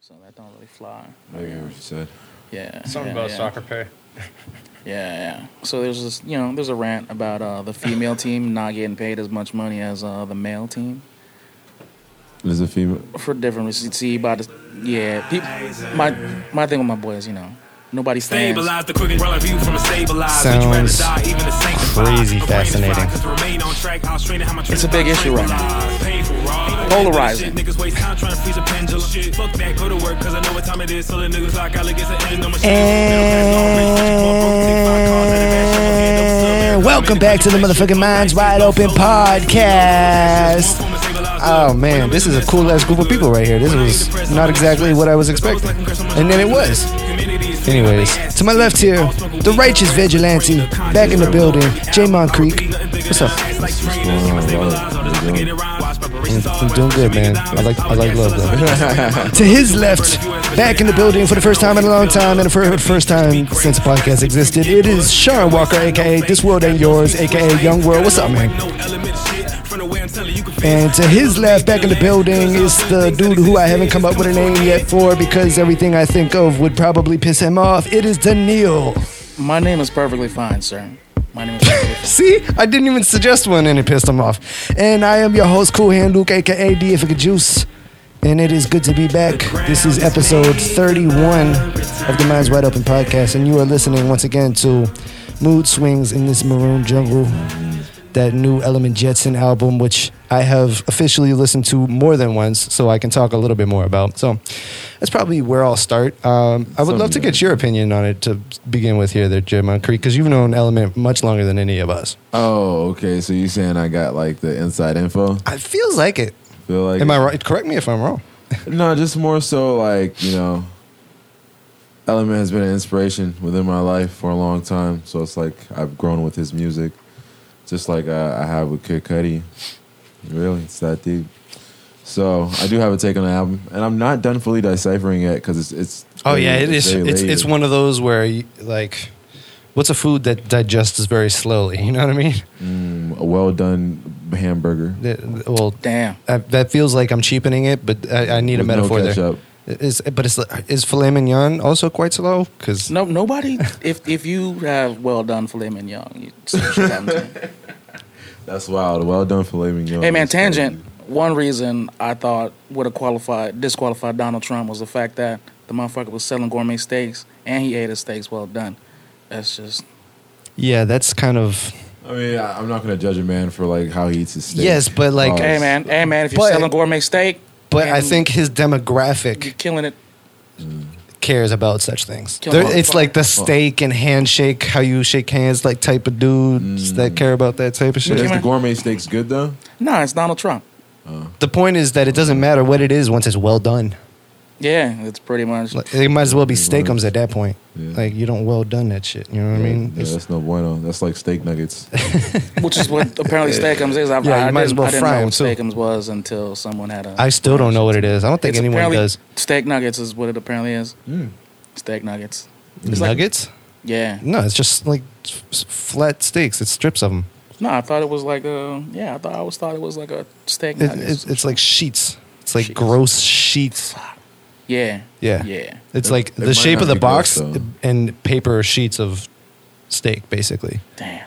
so that don't really fly. I hear what you said. Yeah. Something yeah, about yeah. soccer pay. Yeah, yeah. So there's this, you know, there's a rant about uh, the female team not getting paid as much money as uh, the male team Is a female? for different reasons. See, by the yeah, peop my my thing with my boys, you know, nobody stands. Stabilize the quick umbrella view from a stabilize. Sounds You'd rather die even the sanctified. crazy But brain is fried, fascinating. 'cause to remain on track, I'll strain it how my It's a big issue right now. tranquilized. Painful, raw. Polarizing. Shit, Niggas waste time trying to freeze a pendulum. Shit, fuck that, go to work, cause I know what time it is. So the niggas like, I'll get to end on my shit. And welcome back to the motherfucking Minds Wide Open podcast. Oh man, this is a cool ass group of people right here. This was not exactly what I was expecting, and then it was. Anyways, to my left here, the righteous vigilante, back in the building, J Moncrief. What's up? I'm doing good, man. I like I like love though. to his left, back in the building for the first time in a long time, and for the first time since the podcast existed, it is Sean Walker, aka This World Ain't Yours, aka Young World. What's up, man? And to his left, back in the building, is the dude who I haven't come up with a name yet for because everything I think of would probably piss him off. It is Daniil. My name is perfectly fine, sir. My name is perfectly fine. See, I didn't even suggest one and it pissed him off. And I am your host, Cool Hand Luke, aka D if it could juice. And it is good to be back. This is episode 31 of the Minds Wide Open podcast. And you are listening once again to Mood Swings in this Maroon Jungle, that new Element Jetson album, which I have officially listened to more than once, so I can talk a little bit more about. So that's probably where I'll start. Um, I would love to get your opinion on it to begin with here, there, Jim Moncrief, because you've known Element much longer than any of us. Oh, okay. So you saying I got like the inside info? It feels like it. Feel like Am I right? Correct me if I'm wrong. No, just more so like you know, Element has been an inspiration within my life for a long time. So it's like I've grown with his music, just like I, I have with Kid Cudi. Really, it's that deep. So I do have a take on the album, and I'm not done fully deciphering yet because it's it's. Oh yeah, it very- is. very It's it's layered. one of those where you, like, what's a food that digests very slowly? You know what I mean? Mm, a well done hamburger. That- Well, Damn. that, that feels like I'm cheapening it, but I, I need a With no metaphor there. ketchup. Is but is is filet mignon also quite slow? Because No, nobody. If if you have well done filet mignon, you, you should have them. That's wild. Well done filet mignon. Hey man, That's crazy. tangent. One reason I thought would have qualified disqualified Donald Trump was the fact that the motherfucker was selling gourmet steaks and he ate his steaks well done. That's just yeah, that's kind of I mean, I, I'm not gonna judge a man for like how he eats his steak. Yes, but, like- Oh, hey man, hey man. If you're But- selling gourmet steak, But I And- think his you're demographic killing it. cares about such things. Kill There- him. it's like the steak and handshake, how you shake hands, like type of dudes Mm. that care about that type of But shit. is the man. gourmet steak's good though? Oh, No, it's Donald Trump. The point is that it doesn't matter what it is once it's well done. Yeah, it's pretty much. Like, it might as well be steakums at that point. Yeah. Like you don't well done that shit. You know what I mean? yeah, It's- that's no bueno. That's like steak nuggets. Which is what apparently steakums is. I, Yeah, I, you might as didn't, well I didn't fry know 'em, what too. steakums was until someone had a. I still don't know what it is. I don't think It's anyone apparently- does. Mm. Steak nuggets is what it apparently is. Steak nuggets. It's like- Nuggets? yeah. no, it's just like f- f- flat steaks. It's strips of them. No, I thought it was like a. Yeah, I thought I always thought it was like a steak It, nugget. it's, it's like sheets. It's like gross sheets. yeah. Yeah. Yeah. It's It- like it the might shape not of the be gross, box though. and paper sheets of steak, basically. Damn.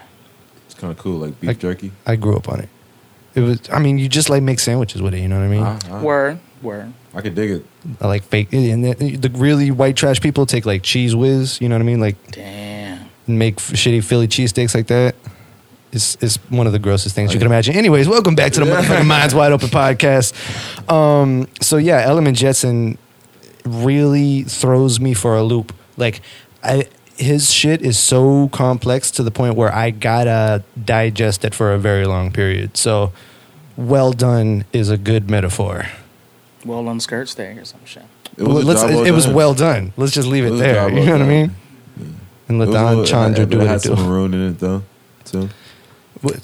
It's kind of cool, like beef Like- jerky. I grew up on it. It was. I mean, you just like make sandwiches with it. You know what I mean? I, I, Word. Word. I could dig it. I like fake. And the, the really white trash people take like cheese whiz. You know what I mean? Like Damn. make f- shitty Philly cheesesteaks like that. It's, it's one of the grossest things Oh, you can yeah. imagine. Anyways, welcome back to the motherfucking Minds Wide Open podcast. Um, so yeah, Element Jetson really throws me for a loop. Like, I, his shit is so complex to the point where I gotta digest it for a very long period. So, well done is a good metaphor. Well on skirt steak or some shit. It Well, a let's- job it, it was done. well done. Let's just leave It it, was a there. job You well know what I done. mean? And It let was a little- Don Chandra it, do it what had it do. some maroon in it though. Too. Wh-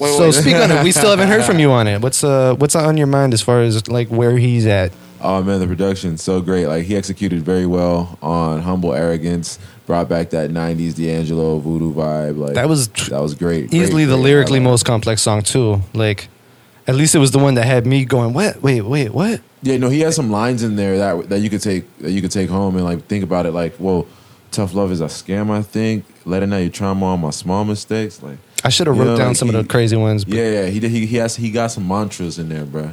Wait, so wait. speak on it. We still haven't heard from you on it. What's uh what's on your mind as far as like where he's at? Oh man, the production's so great. Like he executed very well on humble arrogance. Brought back that '90s D'Angelo voodoo vibe. Like That was that was great. Great, easily the great lyrically highlight. most complex song too. Like At least it was the one that had me going, what? Wait, wait, what? Yeah, no, he has some lines in there that that you could take that you could take home and like think about it. Like, well, tough love is a scam. I think letting out your trauma on my small mistakes. Like, I should have You wrote know, down like some he- of the crazy ones. But yeah, yeah, he did- he he has he got some mantras in there, bro.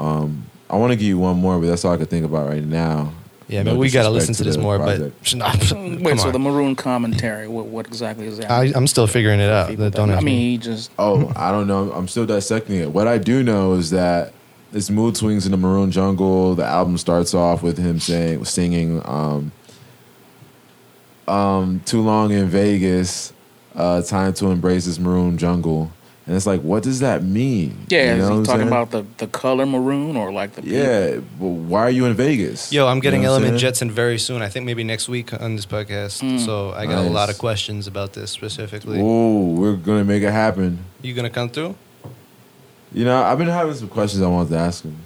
Um, I want to give you one more, but that's all I could think about right now. Yeah, No man, we got to disrespect listen to this the more, project. but nah, come Wait, so the on. maroon commentary, what, what exactly is that? I, I'm still figuring it out. People Don't think- I ask mean, me. he just Oh, I don't know. I'm still dissecting it. What I do know is that it's mood swings in the maroon jungle. The album starts off with him saying, singing, um, um, "Too long in Vegas, uh, time to embrace this maroon jungle." And it's like, what does that mean? yeah. You is know what he I'm talking saying? about the, the color maroon or like the yeah. Well, why are you in Vegas? Yo, I'm getting You know what Element saying? Jetson very soon. I think maybe next week on this podcast. So I got a Nice. lot of questions about this specifically. Ooh, we're gonna make it happen. You gonna come through? All You know, I've been having some questions I wanted to ask him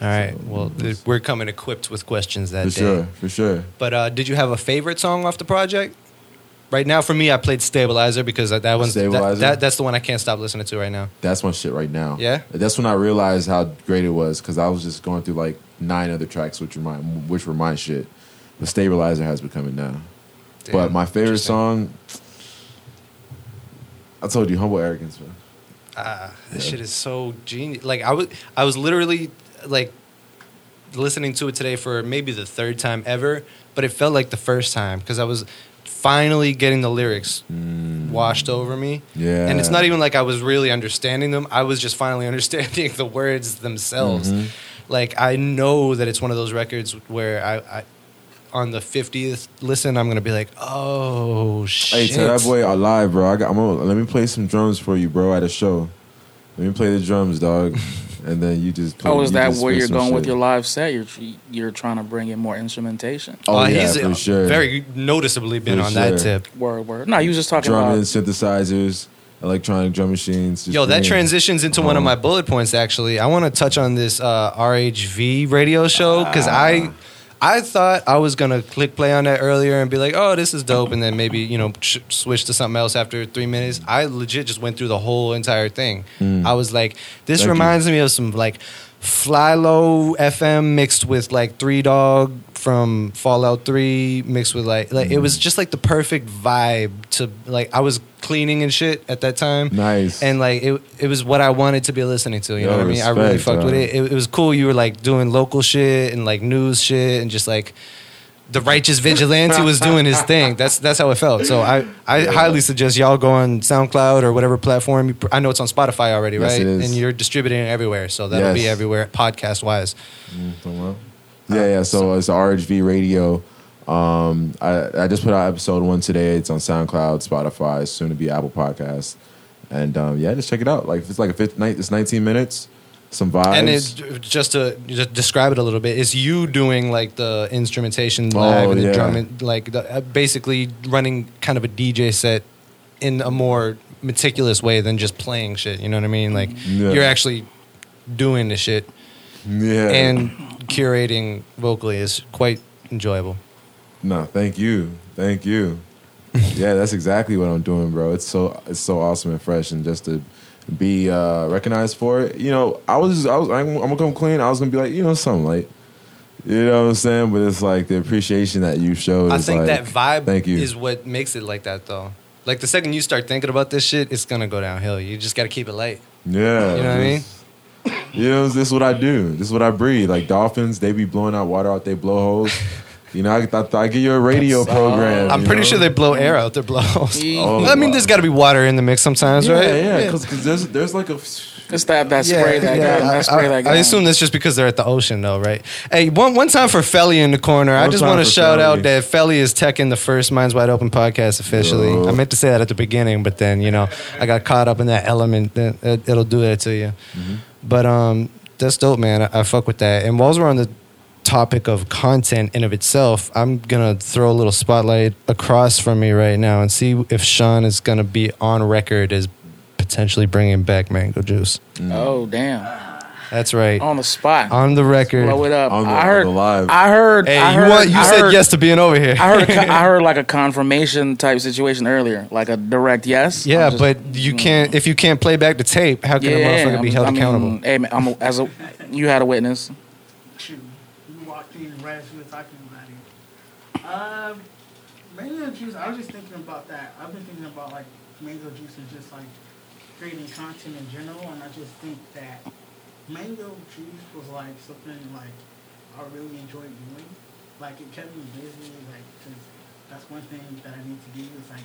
right. Well, th- we're coming equipped with questions that for day. sure, for sure. But uh, did you have a favorite song off the project? Right now, for me, I played Stabilizer because that, that one's that- Stabilizer? that, that's the one I can't stop listening to right now. that's my shit right now. Yeah? that's when I realized how great it was because I was just going through like nine other tracks, which were my which were my shit. The stabilizer has become it now. but Damn, my favorite interesting. song, I told you, humble arrogance. Man. Ah, this Yeah. shit is so genius. Like I was, I was literally like listening to it today for maybe the third time ever, but it felt like the first time because I was finally getting the lyrics washed over me. Mm. Yeah. Mm. and it's not even like I was really understanding them. I was just finally understanding the words themselves. Mhm. Like I know that it's one of those records where I. I on the fiftieth listen, I'm gonna be like, "Oh Hey, shit!" tell that boy alive, bro. I got, I'm gonna, let me play some drums for you, bro, at a show. Let me play the drums, dog, and then you just. Play, Oh, is you that just where spit you're some going with shit. your live set? You're you're trying to bring in more instrumentation. Oh Uh, yeah, he's uh, for sure. very noticeably been For on sure. that tip. Word, word. No, you was just talking drumming, about synthesizers, electronic drum machines. just Yo, that bringing- transitions into one of Um, my bullet points. Actually, I want to touch on this uh, RHV radio show because Ah. I, I thought I was gonna click play on that earlier and be like, oh, this is dope, and then maybe you know sh- switch to something else after three minutes. I legit just went through the whole entire thing. I was like, this Mm. Thank you. reminds me of some like Fly Low FM mixed with like Three Dog from Fallout Three mixed with like like it Mm. was just like the perfect vibe to like I was cleaning and shit at that time Nice. and like it, it was what I wanted to be listening to. You Yo, know what I mean? I really respect, fucked with dog. it. it. It was cool. You were like doing local shit and like news shit and just like the righteous vigilante was doing his thing. That's that's how it felt. So I, I highly suggest y'all go on SoundCloud or whatever platform. You, pr- I know it's on Spotify already, Yes, right? it is. And you're distributing it everywhere, so that'll be Yes. everywhere podcast wise. Yeah, yeah. So it's RHV Radio. Um, I I just put out episode one today. It's on SoundCloud, Spotify, soon to be Apple Podcasts, and um, yeah, just check it out. Like if it's like a fifth night, it's 19 minutes, some vibes. And it's just to just describe it a little bit, it's you doing like the instrumentation Oh, live and yeah. the drum, and, like the, uh, basically running kind of a DJ set in a more meticulous way than just playing shit. You know what I mean? Like Yeah. you're actually doing the shit yeah. and curating vocally is quite enjoyable. no, thank you, thank you. yeah, that's exactly what I'm doing, bro. It's so it's so awesome and fresh, and just to be uh, recognized for it. You know, I was I was I'm, I'm gonna come clean. I was gonna be like, you know, something like. You know what I'm saying, but it's like the appreciation that you showed. I is like, think that vibe Thank you. is what makes it like that though. Like the second you start thinking about this shit, it's gonna go downhill. You just gotta keep it light. Yeah. You know what I this- You know, this is what I do. This is what I breathe. Like dolphins, they be blowing out water out their blowholes. You know, I, I, I give you a radio program. uh, I'm you pretty know? sure they blow air out their blowholes. Oh, I mean, wow. there's got to be water in the mix sometimes, Yeah, right? yeah, because there's there's like a it's that that spray that yeah. guy, that spray I, that guy. I assume that's just because they're at the ocean, though, right? Hey, one one time for Felly in the corner. I One just time want to for shout Felly. out that Felly is teching the first Minds Wide Open podcast officially. Yo. I meant to say that at the beginning, but then you know I got caught up in that element. Then it, it'll do that to you. Mm-hmm. But um, that's dope, man. I, I fuck with that. And while we're on the topic of content in of itself, I'm gonna throw a little spotlight across from me right now and see if Sean is gonna Mm. be on record as potentially bringing back mango juice. oh damn. That's right. on the spot. On the record. Blow it up. On the- I heard. on the live. I heard. Hey, I you, heard, want, you I said heard- yes to being over here. I heard. a con- I heard like a confirmation type situation earlier, like a direct yes. yeah, I'm just- but you Mm. can't if you can't play back the tape. How can a motherfucker I'm be just- held I mean, accountable? Hey, man, I'm a, as a you had a witness. Shoot, you walked in right as we were talking about it. Um, mango juice. I was just thinking about that. I've been thinking about like mango juice and just like creating content in general, and I just think that mango juice was like something like I really enjoyed doing. Like it kept me busy. Like 'cause that's one thing that I need to do is like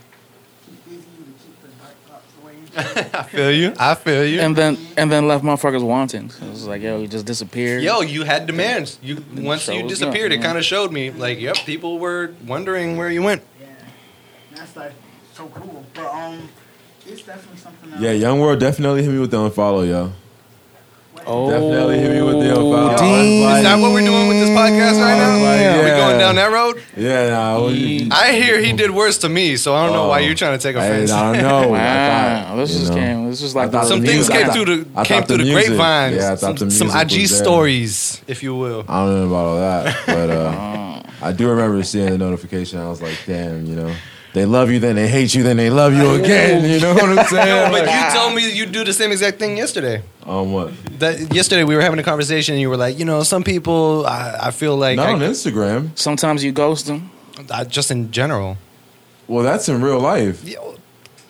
keep busy to keep the dark thoughts away. I feel you. I feel you. And then and then left motherfuckers wanting. It was like yo, you just disappeared. Yo, you had demands. You once So you was disappeared, nothing, it yeah. kind of showed me. Like, yep, people were wondering where you went. yeah, And that's like so cool. But um, it's definitely something. that- Yeah, Young World definitely hit me with the unfollow, yo. oh, Definitely hit me with the unfollow. Is that what we're doing with this podcast right now? Damn. Are we Yeah. going down that road? Yeah, nah, I wouldn't- I hear he did worse to me, so I don't know why Oh. you're trying to take I, I offense. don't Oh know. I Wow, thought, this you just know. came. This is like I thought some the things music- came I through the thought- I came thought through the the, music- grapevines. yeah, I thought some, the some music IG was there. stories, if you will. I don't know about all that, but uh, I do remember seeing the notification. I was like, damn, you know, they love you, then they hate you, then they love you again. You know what I'm saying? But Like, you told me you do the same exact thing yesterday. on what? That yesterday we were having a conversation, and you were like, you know, some people, I, I feel like, Not on I, Instagram. sometimes you ghost them. I, just in general. Well, that's in real life. Yeah,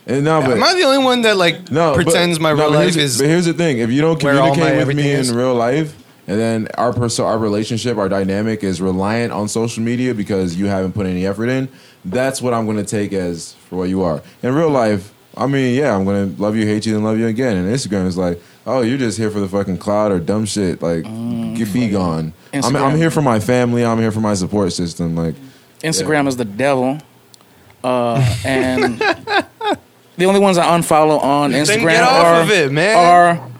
And no, but Am I the only one that like no, but- pretends my no, real but here's life the- is? But here's the thing: if you don't where all my communicate with me everything is? in real life, and then our person, our relationship, our dynamic is reliant on social media because you haven't put any effort in. That's what I'm going to take as for what you are in real life. I mean, yeah, I'm going to love you, hate you, then love you again. And Instagram is like, oh, you're just here for the fucking cloud or dumb shit. Like, Mm. you be gone. I'm, I'm Instagram. here for my family. I'm here for my support system. Like, Instagram is the devil. Uh, and the only ones I unfollow on Instagram Then get off are, of it, man. are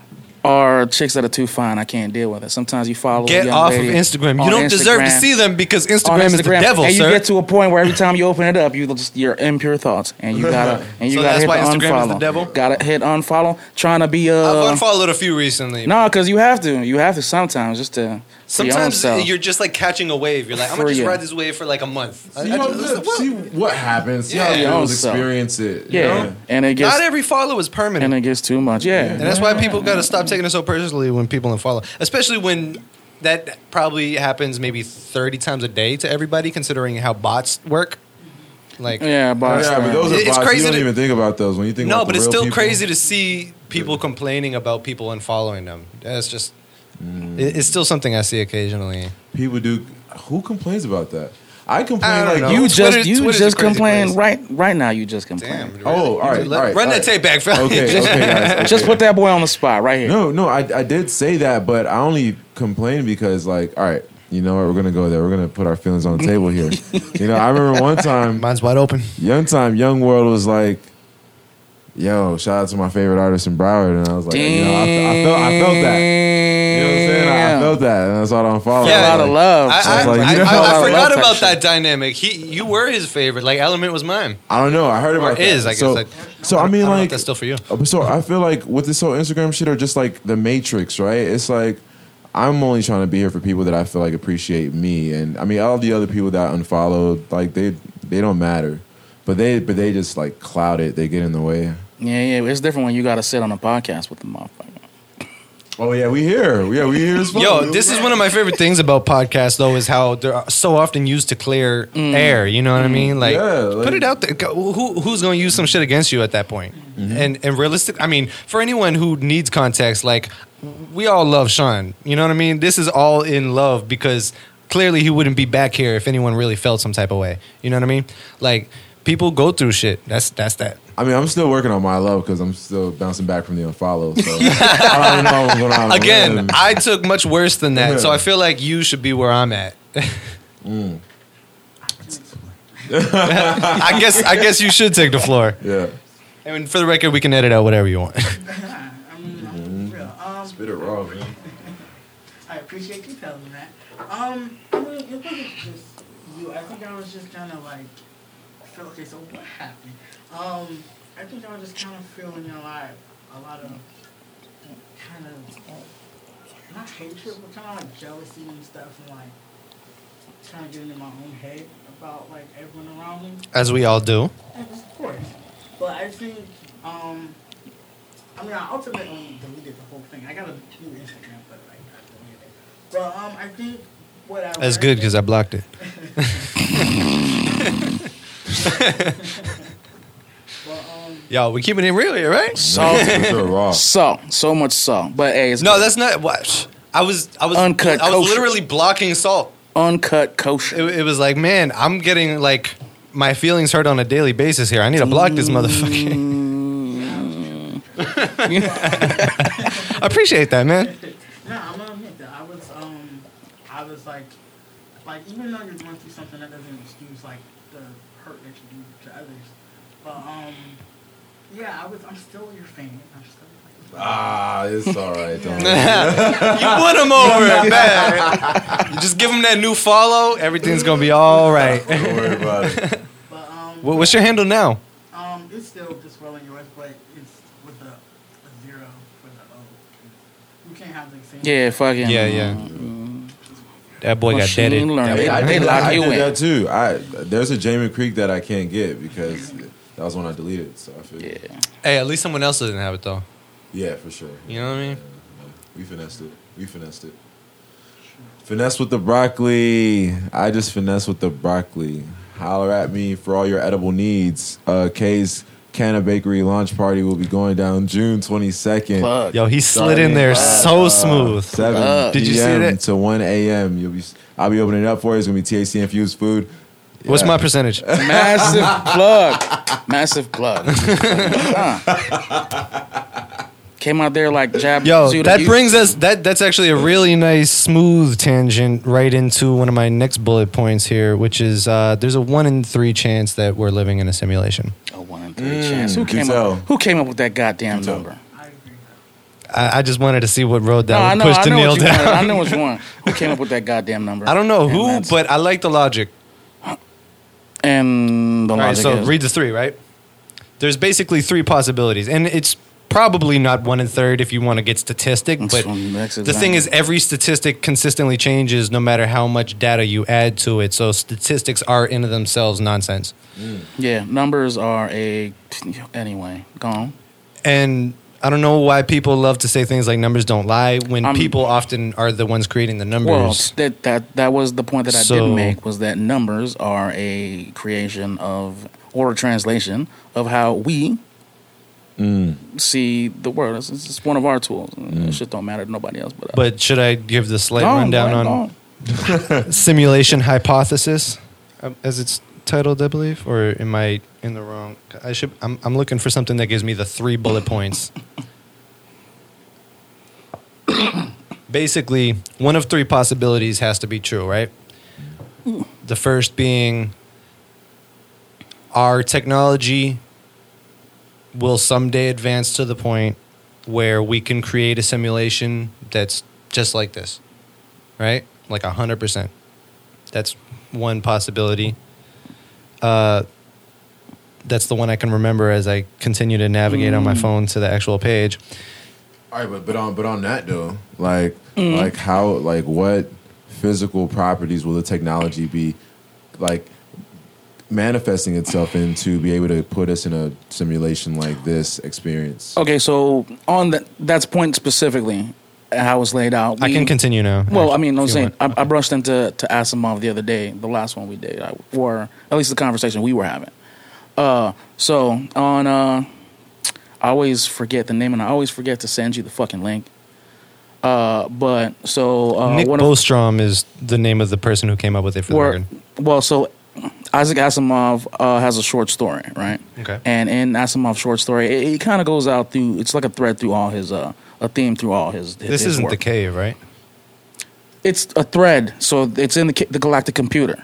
are chicks that are too fine. I can't deal with it. Sometimes you follow. a Get young off of lady Instagram. on You don't deserve to Instagram- see them because on Instagram, is the devil, and you sir. get to a point where every time you open it up, you just your impure thoughts, and you gotta and you So gotta that's hit why the Instagram is the unfollow. devil? Gotta hit unfollow. Trying to be uh, I've unfollowed a few recently. no, because you have to. You have to sometimes just to. Sometimes be your own self. you're just like catching a wave. You're like, I'm For gonna just you. ride this wave for like a month. I- see, I how, just- see what happens. See Yeah. how Yeah, girls so. experience it. you yeah, know? and it gets not every follow is permanent. and it gets too much. Yeah, And that's why people got to stop taking it so personally when people unfollow, especially when that probably happens maybe 30 times a day to everybody, considering how bots work. Like, yeah, uh, but, Yeah, but those are It's bots. crazy You don't to- even think about those when you think. no, about but the it's real still people. crazy to see people complaining about people unfollowing them. That's just, it- it's still something I see occasionally. People do. Who complains about that? I complain I don't like know. You you. just Twitter's- you Twitter's a just crazy complain place. right right now. You just complain. Damn. really? Oh, all right, Let- all right. Run all that right. tape back, fella. Okay, okay, guys, okay. Just put that boy on the spot right here. No, no, I, I did say that, but I only complained because, like, all right, you know what? We're gonna go there. We're gonna put our feelings on the table here. you know, I remember one time Mine's wide open. Young Time, Young World was like, yo, shout out to my favorite artist in Broward. And I was like, you know, I, fe- I, felt, I felt that. You know what I'm saying? I Damn. felt that. And that's all I'm following. Yeah. a lot of love. I, I, Oh, like, you I- know I- how I I love forgot that about shit. that dynamic. He, you were his favorite. Like Element was mine. I don't know. I heard about Or is, that. I guess, So, like- so I mean, I don't know if like, that's still for you. Uh, but So I feel like with this whole Instagram shit or just like the matrix, right? It's like I'm only trying to be here for people that I feel like appreciate me, and I mean all the other people that I unfollowed, like they they don't matter, but they but they just like cloud it. They get in the way. yeah, yeah. It's different when you got to sit on a podcast with the motherfucker. Oh yeah, we here. Yeah, we here as well. Yo, this is one of my favorite things about podcasts, though, is how they're so often used to clear air. You know what I mean? Like, Yeah, like- put it out there. Go- Who, who's going to use some shit against you at that point? Mm-hmm. And and realistic. I mean, for anyone who needs context, like we all love Sean. You know what I mean? This is all in love because clearly he wouldn't be back here if anyone really felt some type of way. You know what I mean? Like people go through shit. That's that's that. I mean, I'm still working on my love because I'm still bouncing back from the unfollow. So I don't know what's going on. Again, Man. I took much worse than that, so I feel like you should be where I'm at. I guess I guess you should take the floor. yeah, I mean, for the record, we can edit out whatever you want. I mean, I'm real. Um, bit of raw, man. I appreciate you telling me that. Um, I mean, it wasn't just you. I think I was just kind of like, feel- okay, so what happened? Um, I think I was just kind of feeling a lot, a lot of kind of not hatred, but kind of like jealousy and stuff, and like trying to get into my own head about like everyone around me. As we all do. And Of course, but I think um, I mean I ultimately deleted the whole thing. I got a new Instagram, but like I deleted it. But um, I think what I That's learned- good because I blocked it. But um, Yo, we keeping it real here, right? Salt, Sure, raw. salt, so much salt. But hey, it's No, that's not what I was. I was Uncut I was kosher. literally blocking salt. uncut kosher. It, it was like, man, I'm getting like my feelings hurt on a daily basis here. I need to block this motherfucker. Mm. I appreciate that, man. no, I'm gonna admit that I was um, I was like, like even though you're going through something, that doesn't excuse like the hurt that you do to others. But um, yeah, I was. I'm still your fan. I'm still. Your fan. Ah, it's all right. Don't worry. You won him over, man. You just give him that new follow. Everything's gonna be all right. Don't worry about it. But um, What- What's your handle now? Um, it's still just rolling yours, but it's with a, a zero for the O. You can't have the same. yeah, fucking. mm, Yeah, yeah. That Oh, boy got Machine deaded. learning. That I They did, lock I you did in. that too. I there's a Jamie Creek that I can't get because that was when I deleted. So I figured, Yeah. boy- Hey, at least someone else doesn't have it though. yeah, for sure. You know what I mean? We finessed it. We finessed it. Finesse with the broccoli. I just finesse with the broccoli. Holler at me for all your edible needs. Uh, K's Canna Bakery launch party will be going down June 22nd. Plug. Yo, he slid in there so smooth. 7 Fuck. Did you see PM that? to 1 a.m. You'll be I'll be opening it up for you. It's gonna be THC infused food. What's Yeah. my percentage? Massive plug. Massive plug. Huh. Came out there like jab. Yo, Zuda that Youth. brings us that that's actually a really nice smooth tangent right into one of my next bullet points here, which is uh, there's a one in three chance that we're living in a simulation. a Oh, one in three chance. Mm, Who you came tell. up? Who came up with that goddamn tell. number? I agree. I, I just wanted to see what road No, I that know. would I push know Daniil what you wanted. I down. know what you want. Who came up with that goddamn number? I don't know And who, that's- but I like the logic. and the All right, logic so is- read the three, right? There's basically three possibilities, and it's probably not one in third if you want to get statistic. It's But from Max the thing is, Examiner. every statistic consistently changes no matter how much data you add to it. So statistics are in of themselves nonsense. yeah, numbers are a anyway. Gone. And I don't know why people love to say things like numbers don't lie when I'm- people often are the ones creating the Um, Well, numbers. that that that was the point that I So- did make was that numbers are a creation of or a translation of how we Mm. see the world. It's, it's one of our tools. It shit don't matter to nobody else but uh, us. but should I give the slight Gone, rundown boy, on gone. simulation hypothesis, um, as it's titled, I believe, or am I in the wrong? I should. I'm, I'm looking for something that gives me the three bullet points. Basically, one of three possibilities has to be true, right? The first being our technology will someday advance to the point where we can create a simulation that's just like this right? Like 100%. That's one possibility. Uh, that's the one I can remember as I continue to navigate on Mm. my phone to the actual page. All right, but but on but on that though, like Mm. like how like what physical properties will the technology be like manifesting itself in to be able to put us in a simulation like this Oh, experience? Okay, so on that that's point specifically how it's laid out. I We- can continue now. Well, I mean, I'm If you saying want. I, I brushed into to Asimov the other day, the last one we did, I, or at least the conversation we were having. Uh, so on, uh, I always forget the name, and I always forget to send you the fucking link. Uh, but so uh, Nick one of Bostrom is the name of the person who came up with it for the where- record. well, so Isaac Asimov uh, has a short story, right? Okay. And in Asimov's short story, it, it kind of goes out through. It's like a thread through all his, uh, a theme through all his. This his isn't work. the cave, right? It's a thread, so it's in the ca- the galactic computer.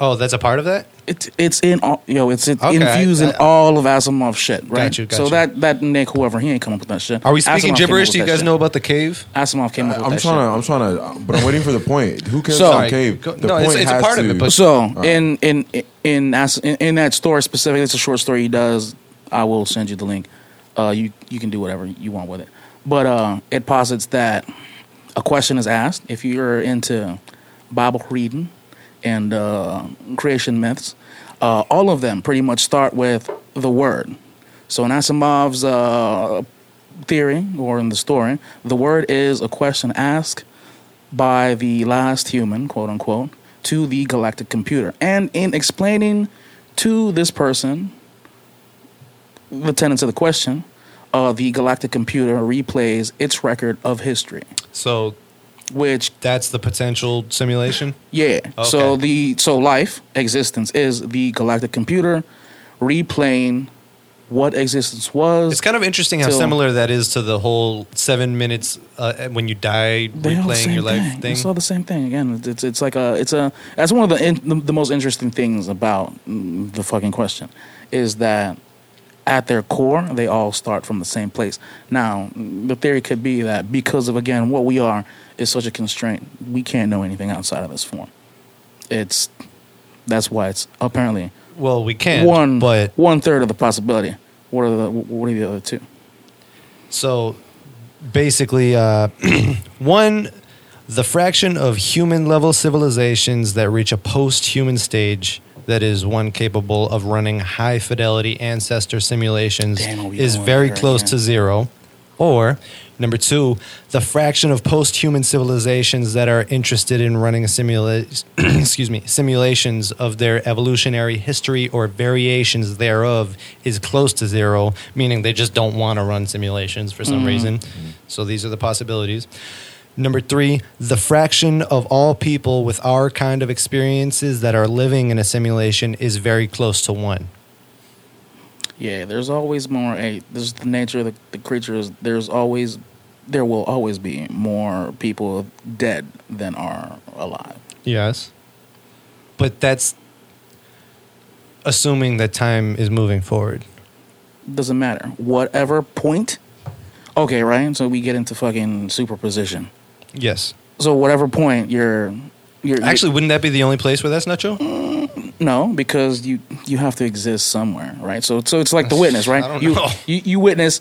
Oh, that's a part of that? It's it's in all yo. It's in, Okay, infused in I- I- all of Asimov's shit, right? Got you, got so you. that that Nick, whoever he ain't come up with that shit. Are we Asimov came speaking up gibberish? with Do you that guys shit. know about the cave? Asimov came I, up with I'm that trying to I'm trying to but I'm waiting for the point. Who cares? So- Sorry, about the cave. go- The no, it's- point it's a has part of it, to- but- shit. So in in in As- in in that story specifically, it's a short story he does. I will send you the link. Uh, you you can do whatever you want with it, but uh, it posits that a question is asked. If you're into Bible reading and uh, creation myths, uh, all of them pretty much start with the word. So in Asimov's uh, theory or in the story, the word is a question asked by the last human, quote unquote, to the galactic computer. And in explaining to this person the tenets of the question, uh, the galactic computer replays its record of history, So which that's the potential simulation. yeah. So Okay. the so life existence is the galactic computer replaying what existence was. It's kind of interesting how Till- similar that is to the whole seven minutes uh, when you die They all the replaying your same life thing. thing. It's all the same thing again. It's it's like a it's a that's one of the in, the, the most interesting things about mm, the fucking question is that at their core they all start from the same place. Now mm, the theory could be that because of again what we are is such a constraint, we can't know anything outside of this form. It's that's why it's apparently well, we can. one but one third of the possibility. What are the what are the other two? So basically, uh, one, the fraction of human level civilizations that reach a post human stage that is one capable of running high fidelity ancestor simulations Damn, what we is doing very there close again? to zero. Or number two, the fraction of post human civilizations that are interested in running simula- excuse me, simulations of their evolutionary history or variations thereof is close to zero, meaning they just don't want to run simulations for Mm. some reason. So these are the possibilities. Number three, the fraction of all people with our kind of experiences that are living in a simulation is very close to one. Yeah, there's always more. Hey, this is the nature of the, the creatures. There's always, there will always be more people dead than are alive. Yes. But that's assuming that time is moving forward. Doesn't matter. Whatever point. Okay, right. So we get into fucking superposition. Yes. So whatever point you're, you're Actually, wouldn't that be the only place where that's not true? No, because you you have to exist somewhere, right? So so it's like the witness, right? I don't you, know. you you witness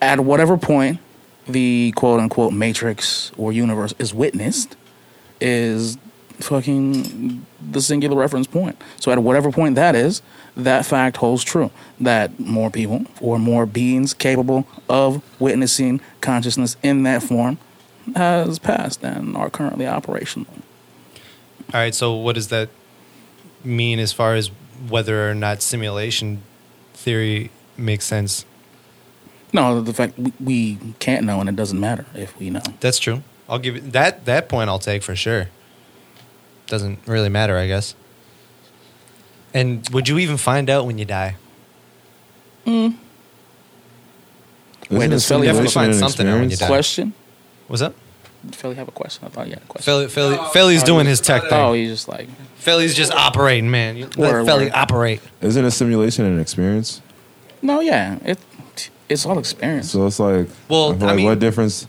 at whatever point the quote unquote matrix or universe is witnessed is fucking the singular reference point. So at whatever point that is, that fact holds true that more people or more beings capable of witnessing consciousness in that form has passed and are currently operational. All right, so what does that mean as far as whether or not simulation theory makes sense? No, the fact we, we can't know, and it doesn't matter if we know. That's true. I'll give it that that point I'll take for sure. Doesn't really matter, I guess. And would you even find out when you die? Wait, Isn't does a Philly have to simulation find an something out when you experience? Yeah. die? Question? What's up? Did Philly have a question? I thought you had a question. Philly, Philly, Philly's doing his tech Oh, thing. he's just like Philly's just operating, man. You Let Word, Philly word. operate. Isn't a simulation an experience? no, yeah, it it's all experience. So it's like, Well, I'm I like, mean- what difference?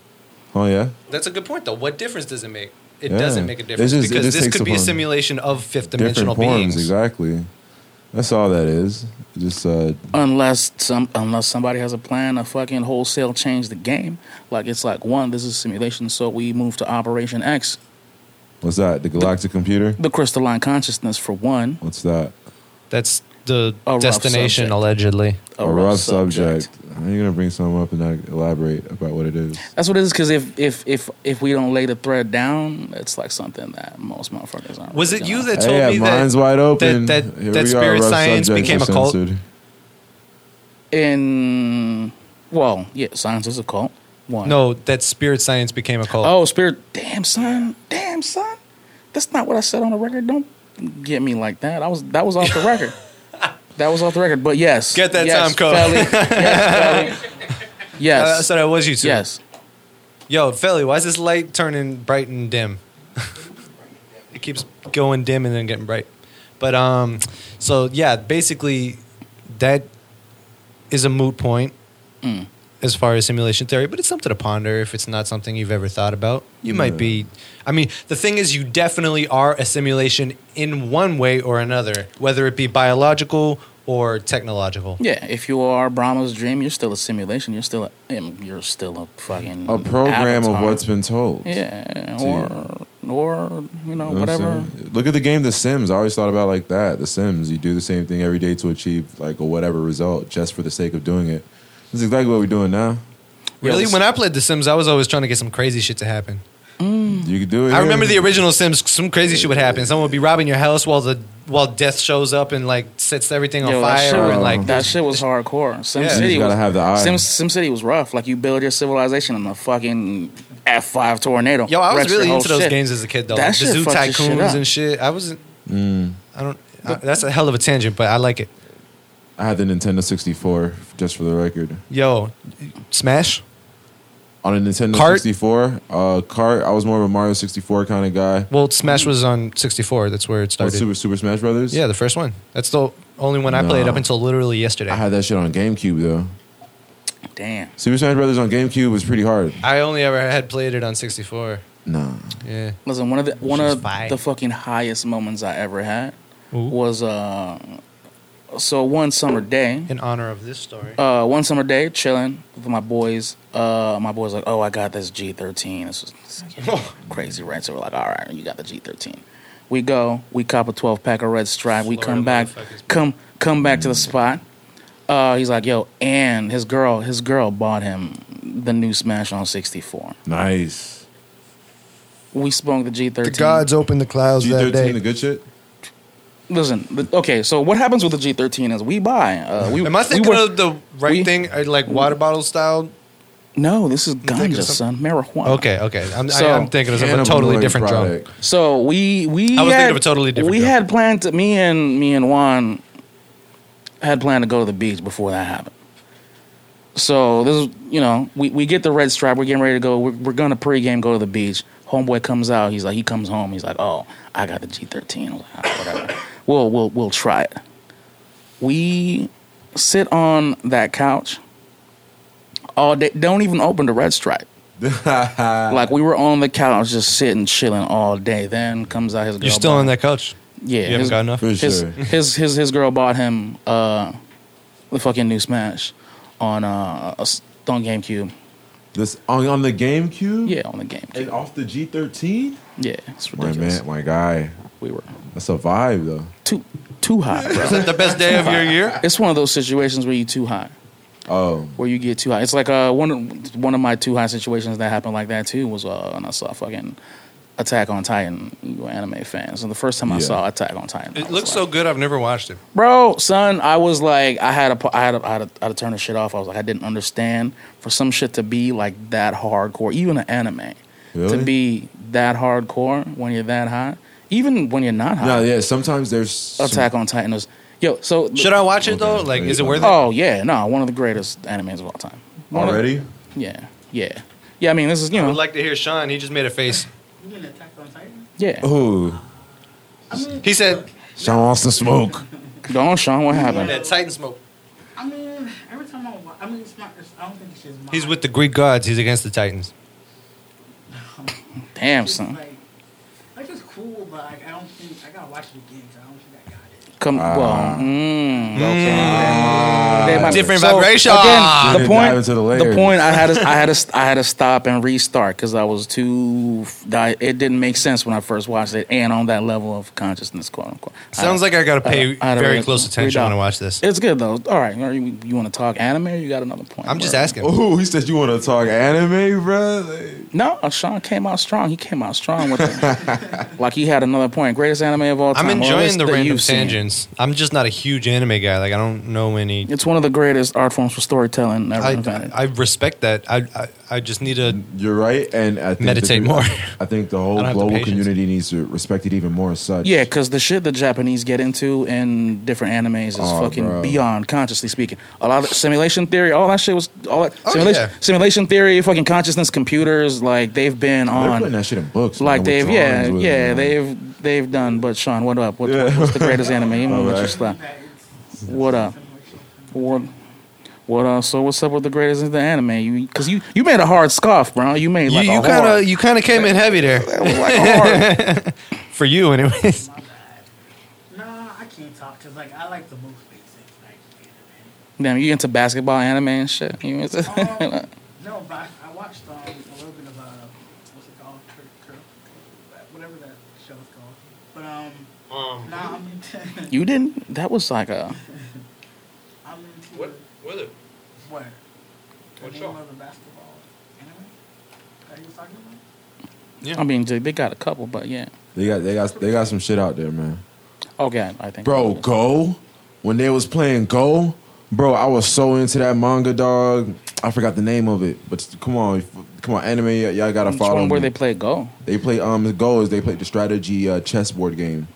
Oh yeah, That's a good point, though. What difference does it make? It Yeah. doesn't make a It difference just- it because just this takes could be a upon simulation of fifth-dimensional different beings. forms exactly. That's all that is. Just uh, unless some unless somebody has a plan to fucking wholesale change the game. Like it's like one, this is simulation, so we move to Operation X, what's that? The galactic computer? the crystalline consciousness for one, What's that? That's the A rough destination, subject. allegedly. a, rough, subject. How are you gonna bring something up and not elaborate about what it is? That's what it is. Because if if if if we don't lay the thread down, it's like something that most motherfuckers aren't. Was really it you gonna- that told Hey, yeah, me mine's that? wide open. that- Here that we are, spirit rough science subjects became are a cult? censored. in well yeah science is a cult one No, that spirit science became a cult. oh spirit damn son damn son that's not what i said on the record don't get me like that i was that was off the record that was off the record but yes Get that yes, time code. Felly, yes Felly. Uh, yes so that was you two. yes Yo, Philly, why is this light turning bright and dim? it keeps going dim and then getting bright. But um, so yeah, basically, that is a moot point as far as simulation theory. But it's something to ponder if it's not something you've ever thought about. You might Yeah. be. I mean, the thing is, you definitely are a simulation in one way or another, whether it be biological or technological. Yeah, if you are Brahma's dream, you're still a simulation. You're still a you're still a fucking A program avatar. of what's been told. yeah, to or or you know You know what I'm whatever. saying? Look at the game The Sims. I always thought about it like that. The Sims. You do the same thing every day to achieve like a whatever result just for the sake of doing it. This is exactly what we're doing now. Really, Yeah, when I played The Sims, I was always trying to get some crazy shit to happen. You could do it. I here. remember the original Sims. Some crazy shit would happen. Someone would be robbing your house while the while death shows up and like sets everything on Yo, that shit, fire was- and like that shit was hardcore. Sim Yeah. You City just gotta was have the eye. Sim, Sim City was rough. Like you build your civilization in a fucking F five tornado. Yo, I was Wrecks your really whole into those shit. games as a kid, though. That Like, shit the Zoo fucks your shit Tycoons up. and shit. I wasn't. Mm. I don't. I, that's a hell of a tangent, but I like it. I had the Nintendo 64 just for the record. Yo, Smash. On a Nintendo Kart? 64, uh, cart. I was more of a Mario 64 kind of guy. Well, Smash was on 64. That's where it On started. Super Super Smash Brothers. yeah, the first one. That's the only one I No. played up until literally yesterday. I had that shit on GameCube though. Damn. Super Smash Brothers on GameCube was pretty hard. I only ever had played it on 64. Nah. Yeah. Listen, one of the one She's of fine. the fucking highest moments I ever had Ooh. was uh so one summer day. In honor of this story. uh, one summer day, chilling with my boys. Uh, my boys like, oh, I got this G13. This was this is like crazy, right? So we're like, all right, you got the G13. We go, we cop a 12 pack of Red Stripe. We Florida come back, motherfuckers. come come back to the spot. Uh, he's like, yo, and his girl, his girl bought him the new Smash on 64. Nice. We spunk the G13. The gods opened the clouds that G13, the day. good shit. Listen, the- okay, so what happens with the G13 is we buy. Uh, we, Am I thinking we were- of the right we- thing, uh, like water bottle style? No, this is thinking ganja, of son. some- Marijuana. Okay, okay. I'm, So, I, am thinking of something totally Cannabinoid different drum. product. So we we I was thinking had, of a totally different We joke. had planned to me and me and Juan had planned to go to the beach before that happened. So this is you know we, we get the red stripe. We're getting ready to go. We're, we're gonna pregame go to the beach. Homeboy comes out. He's like he comes home. He's like oh I got the G thirteen. I was like "Ah, whatever. we'll we'll we'll try it. We sit on that couch all day. Don't even open the red stripe. Like we were on the couch just sitting, chilling all day. Then comes out his girl. You're still bought- on that couch. Yeah, You haven't his, got enough? For his, sure. his his his girl bought him uh, the fucking new Smash on uh a s- on GameCube. This on, on the GameCube. Yeah, on the And GameCube. off the G13. Yeah, it's My ridiculous. man, my guy. We were That's a vibe though. too too high, Is bro. that the best day of your year? it's one of those situations where you too high, Oh, where you get too high. It's like uh one of- one of my too high situations that happened like that too was uh when I saw fucking Attack on Titan. You anime fans, and the first time I Yeah. saw Attack on Titan, I It was looks like, so good. I've never watched it. bro, son, I was like, I had a, I had a, I had a, I had to turn the shit off. I was like, I didn't understand for some shit to be like that hardcore, even an anime Really? to be that hardcore when you're that high, even when you're not no, high. yeah. Sometimes there's some- Attack on Titan is, yo, so Should I watch it though? Like, is it worth it? Oh yeah, no, one of the greatest animes of all time. One of- already. yeah, yeah, yeah. I mean, this is you I know, would like to hear Sean. He just made a face. You getting attacked on Titan? yeah. Oh, I mean, He said, Sean wants to smoke. Go on, Sean. What happened? "That Titan smoke." I mean, every time I watch, I mean, it's not. It's, I don't think it's just. Mine. He's with the Greek gods. He's against the Titans. Damn, It's son. Like, like it's cool, but like, I don't think I gotta watch it again. 'cause I don't think I got it. Come well. mm, They might- Different vibration. Ah. Again, Dive the point. into the The, layers. point. I had. To, I had. To, I had to stop and restart because I was too. I, it didn't make sense when I first watched it, and on that level of consciousness, quote unquote. Sounds like I gotta pay I don't very really- close attention we when I don't. watch this. it's good though. All right, you, you want to talk anime? Or you got another point? I'm just bro? asking. Oh, he said you want to talk anime, bro. Like, No, uh, Sean came out strong. He came out strong with it. like he had another point. Greatest anime of all time. or I'm at enjoying least the that random you've seen. tangents. I'm just not a huge anime guy. Like I don't know any. It's one of the greatest art forms for storytelling ever I, invented. I respect that. I, I I just need a. You're right, and I think Meditate the- more. I think the whole I don't have the global patience. community needs to respect it even more. As such, Yeah, because the shit the Japanese get into in different animes is Oh, fucking bro. beyond consciously speaking. A lot of simulation theory, all that shit was all that Oh, simulation, yeah. simulation theory, fucking consciousness, computers. Like they've been they're putting on, that shit in books. like man, they've with yeah drawings with it, yeah man. they've they've done. But Sean, what up? What, Yeah. What's the greatest anime? You know, All what you right. stop. That it's What uh, up? similar shit. What? What uh? So what's up with the greatest in the anime? You because you you made a hard scoff, bro. You made You like you a kind hard- of you kind of came in heavy there like a hard. for you, anyways. Nah, I can't talk because like I like the most basic like Damn, you into basketball, anime, and shit? You into? anime. Um, no, but I, I watched um, a little bit of uh, what's it called, Cur- Cur- whatever that show is called. But um, Um, nah, I'm into. you didn't? That was like a. I'm into what was it? What? The What name show? of the basketball anime that he was talking about. I mean, they they got a couple, but yeah. They got they got they got some shit out there, man. Okay, I think. Bro, Go. When they was playing Go, bro, I was so into that manga, dog. I forgot the name of it, but come on, f- come on, anime, y- y'all gotta Which follow. one where me. they play Go? They play um Go is they play the strategy uh, chessboard game.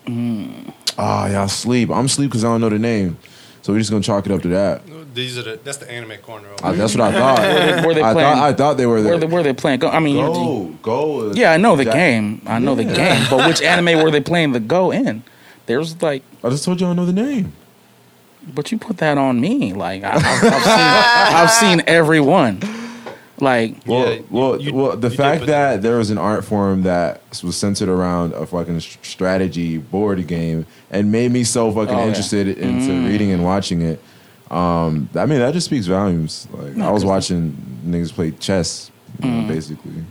Ah, y'all sleep. I'm sleep because I don't know the name, so we're just gonna chalk it up to that. These are the that's the anime corner. Over I, that's what I thought. they- were they I playing- thought I thought they were Where there. they where they playing Go? I mean, you- Go, Go. is- yeah, I know the Jack- game. I know the game, but which anime were they playing the Go in? There's like, I just told you I don't know the name. but you put that on me. Like I, I've, I've seen, I've seen everyone. Like Well, Yeah, well, you- well. The you did, fact but- that there was an art form that was centered around a fucking s- strategy board game and made me so fucking Oh, yeah. interested into reading and watching it. Um, I mean, that just speaks volumes. Like No, I was 'cause- watching niggas play chess, you know, basically.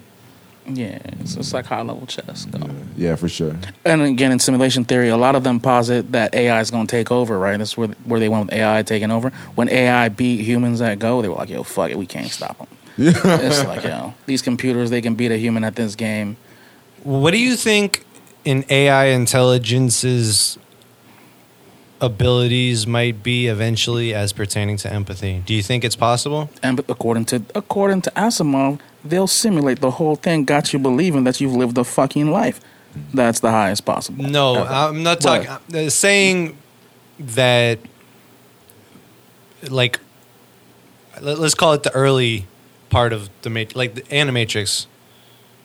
yeah, it's, it's like high level chess. Go. Yeah, for sure. And again, in simulation theory, a lot of them posit that AI is going to take over, right? That's where where they went with AI taking over. When AI beat humans at Go, they were like, "Yo, fuck it, we can't stop them." it's like, yo, these computers they can beat a human at this game. What do you think in AI intelligence's abilities might be eventually as pertaining to empathy? Do you think it's possible? And but according to according to Asimov, they'll simulate the whole thing, got you believing that you've lived a fucking life. That's the highest possible. No, ever. I'm not talking. uh, Saying that, like, let, us call it the early part of the ma- like the animatrix.